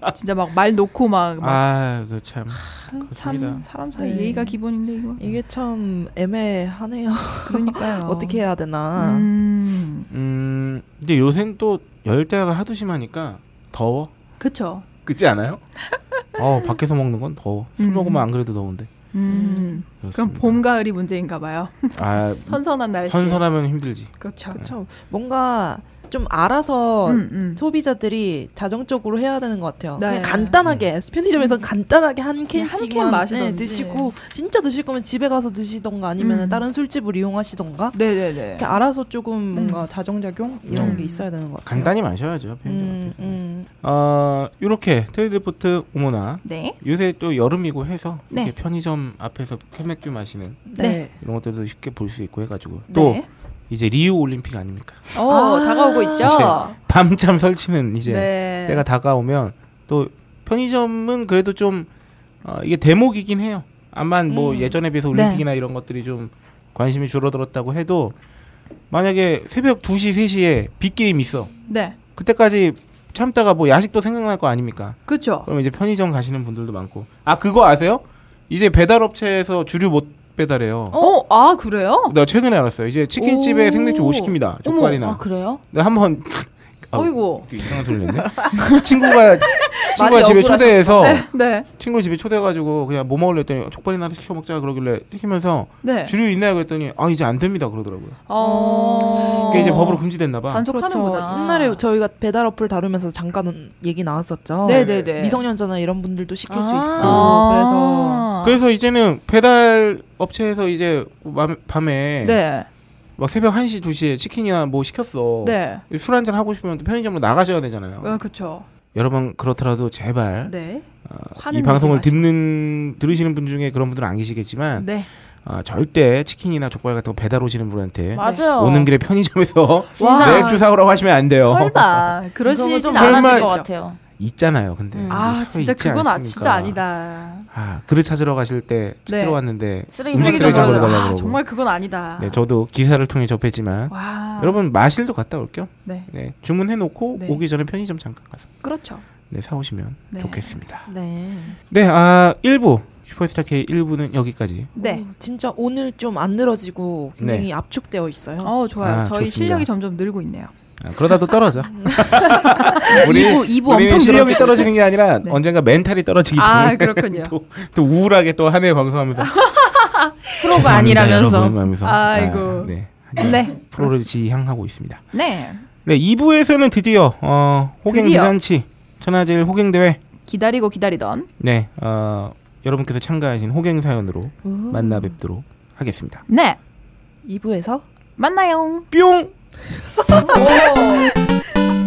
Speaker 1: 아, 진짜 막 말 놓고 막, 막
Speaker 2: 아, 그참
Speaker 1: 참
Speaker 2: 그렇습니다.
Speaker 1: 사람 사이
Speaker 4: 네.
Speaker 1: 예의가 기본인데 이거.
Speaker 4: 이게 참 애매하네요.
Speaker 1: 그러니까요.
Speaker 4: 어떻게 해야 되나.
Speaker 1: 음,
Speaker 2: 음, 근데 요새는 또 열대야가 하도 심하니까 더워.
Speaker 1: 그쵸.
Speaker 2: 그렇지 않아요? 어, 밖에서 먹는 건 더워. 술
Speaker 1: 음.
Speaker 2: 먹으면 안 그래도 더운데.
Speaker 1: 음. 그럼
Speaker 2: 그렇습니다.
Speaker 1: 봄 가을이 문제인가 봐요.
Speaker 2: 아,
Speaker 1: 선선한 날씨.
Speaker 2: 선선하면 힘들지.
Speaker 1: 그렇죠.
Speaker 4: 그쵸. 뭔가 좀 알아서
Speaker 1: 음, 음.
Speaker 4: 소비자들이 자정적으로 해야 되는 것 같아요.
Speaker 1: 네.
Speaker 4: 그냥 간단하게 편의점에서 간단하게 한 캔씩만
Speaker 1: 마시던지.
Speaker 4: 네, 드시고 진짜 드실 거면 집에 가서 드시던가 아니면
Speaker 1: 음.
Speaker 4: 은 다른 술집을 이용하시던가
Speaker 1: 네네네.
Speaker 4: 이렇게 알아서 조금 뭔가 자정작용 이런
Speaker 1: 음.
Speaker 4: 게 있어야 되는 것 같아요.
Speaker 2: 간단히 마셔야죠. 편의점
Speaker 4: 음,
Speaker 2: 앞에서.
Speaker 4: 음.
Speaker 2: 어, 이렇게 트레이드포트 오모나
Speaker 1: 네.
Speaker 2: 요새 또 여름이고 해서
Speaker 1: 네.
Speaker 2: 이렇게 편의점 앞에서 캔맥주 마시는
Speaker 4: 네.
Speaker 2: 이런 것들도 쉽게 볼 수 있고 해가지고 또
Speaker 1: 네.
Speaker 2: 이제 리우 올림픽 아닙니까?
Speaker 1: 어
Speaker 4: 아,
Speaker 1: 다가오고 있죠.
Speaker 2: 이제 밤잠 설치는 이제
Speaker 1: 네.
Speaker 2: 때가 다가오면 또 편의점은 그래도 좀 어, 이게 대목이긴 해요. 아만 뭐
Speaker 4: 음.
Speaker 2: 예전에 비해서
Speaker 1: 네.
Speaker 2: 올림픽이나 이런 것들이 좀 관심이 줄어들었다고 해도 만약에 새벽 2시, 3시에 빅게임 있어.
Speaker 1: 네.
Speaker 2: 그때까지 참다가 뭐 야식도 생각날 거 아닙니까?
Speaker 1: 그렇죠.
Speaker 2: 그럼 이제 편의점 가시는 분들도 많고. 아, 그거 아세요? 이제 배달업체에서 주류 못 배달해요.
Speaker 1: 어, 아 그래요?
Speaker 2: 내가 최근에 알았어요. 이제 치킨집에
Speaker 1: 오.
Speaker 2: 생맥주 못 시킵니다.
Speaker 3: 아
Speaker 2: 족발이나.
Speaker 3: 그래요?
Speaker 2: 근데 한번 아,
Speaker 1: 어이구.
Speaker 2: 그 이상한 소리 냈네. 친구가 친구가
Speaker 4: 많이
Speaker 2: 집에
Speaker 4: 억울하셨어.
Speaker 2: 초대해서
Speaker 1: 네.
Speaker 2: 친구 집에 초대해가지고 그냥 뭐 먹을래 했더니 족발이나 하나 시켜 먹자 그러길래 시키면서
Speaker 1: 네.
Speaker 2: 주류 있나요 그랬더니 아 이제 안 됩니다 그러더라고요.
Speaker 1: 어.
Speaker 3: 어.
Speaker 2: 그게 이제 법으로 금지됐나 봐.
Speaker 1: 단속하는구나.
Speaker 4: 그렇죠. 옛날에 저희가 배달 어플 다루면서 잠깐 얘기 나왔었죠.
Speaker 1: 네네네.
Speaker 4: 미성년자나 이런 분들도 시킬 수
Speaker 3: 아.
Speaker 4: 있고 그래서
Speaker 1: 아.
Speaker 2: 그래서 이제는 배달 업체에서 이제 밤- 밤에
Speaker 1: 네.
Speaker 2: 막 새벽 1시 2시에 치킨이나 뭐 시켰어.
Speaker 1: 네.
Speaker 2: 술 한잔 하고 싶으면 또 편의점으로 나가셔야 되잖아요.
Speaker 1: 어, 그렇죠.
Speaker 2: 여러분 그렇더라도 제발
Speaker 1: 네.
Speaker 2: 어,
Speaker 1: 화는
Speaker 2: 이 방송을
Speaker 1: 내지
Speaker 2: 듣는 들으시는 분 중에 그런 분들은 안 계시겠지만
Speaker 1: 네.
Speaker 2: 아, 절대 치킨이나 족발 같은 거 배달 오시는
Speaker 3: 네.
Speaker 2: 분한테
Speaker 3: 맞아요.
Speaker 2: 오는 길에 편의점에서
Speaker 1: 와.
Speaker 2: 맥주 사오라고 하시면 안 돼요.
Speaker 1: 설마
Speaker 3: 그러시진
Speaker 1: 그러시진
Speaker 3: 좀
Speaker 2: 설마-
Speaker 3: 않았을
Speaker 1: 않았을
Speaker 3: 것
Speaker 1: 거죠.
Speaker 3: 같아요.
Speaker 2: 있잖아요, 근데.
Speaker 3: 음.
Speaker 1: 아
Speaker 2: 서로
Speaker 1: 진짜
Speaker 2: 있지
Speaker 1: 그건 아
Speaker 2: 않습니까?
Speaker 1: 진짜 아니다.
Speaker 2: 아, 그릇 찾으러 가실 때 찾으러
Speaker 1: 네.
Speaker 2: 왔는데
Speaker 3: 쓰레기
Speaker 2: 음식
Speaker 1: 쓰레기
Speaker 2: 쓰레기
Speaker 1: 좀
Speaker 2: 버려달라
Speaker 1: 버려라.
Speaker 2: 그러고.
Speaker 1: 아, 정말 그건 아니다.
Speaker 2: 네, 저도 기사를 통해 접했지만
Speaker 1: 와.
Speaker 2: 여러분 마실도 갔다 올 겸.
Speaker 1: 네.
Speaker 2: 네, 주문해 놓고
Speaker 1: 네.
Speaker 2: 오기 전에 편의점 잠깐 가서
Speaker 1: 그렇죠.
Speaker 2: 네, 사 오시면
Speaker 1: 네.
Speaker 2: 좋겠습니다.
Speaker 4: 네.
Speaker 2: 네, 아, 1부 슈퍼스타 K 1부는 여기까지.
Speaker 1: 네.
Speaker 4: 오, 진짜 오늘 좀 안 늘어지고 굉장히 압축되어 있어요.
Speaker 1: 어 좋아요.
Speaker 2: 아,
Speaker 1: 저희
Speaker 2: 좋습니다.
Speaker 1: 실력이 점점 늘고 있네요.
Speaker 2: 아, 그러다 또 떨어져. 우리
Speaker 1: 2부 2부
Speaker 2: 우리는
Speaker 1: 엄청
Speaker 2: 실력이
Speaker 1: 늘어지고
Speaker 2: 떨어지는 게 아니라
Speaker 1: 네.
Speaker 2: 언젠가 멘탈이 떨어지기
Speaker 1: 아
Speaker 2: 때문에
Speaker 1: 그렇군요.
Speaker 2: 또, 또 우울하게 또 한 해 방송하면서
Speaker 3: 프로가
Speaker 2: 죄송합니다,
Speaker 3: 아니라면서.
Speaker 2: 여러분 하면서.
Speaker 1: 아이고.
Speaker 2: 아, 네.
Speaker 1: 네.
Speaker 2: 프로를 지향하고 있습니다.
Speaker 1: 네.
Speaker 2: 네, 2부에서는 드디어 어, 호갱
Speaker 1: 드디어.
Speaker 2: 대잔치 천하제일 호갱 대회.
Speaker 1: 기다리고 기다리던
Speaker 2: 네. 어, 여러분께서 참가하신 호갱 사연으로
Speaker 4: 오.
Speaker 2: 만나 뵙도록 하겠습니다.
Speaker 1: 네
Speaker 4: 2부에서
Speaker 1: 만나요.
Speaker 2: 뿅.
Speaker 1: 오.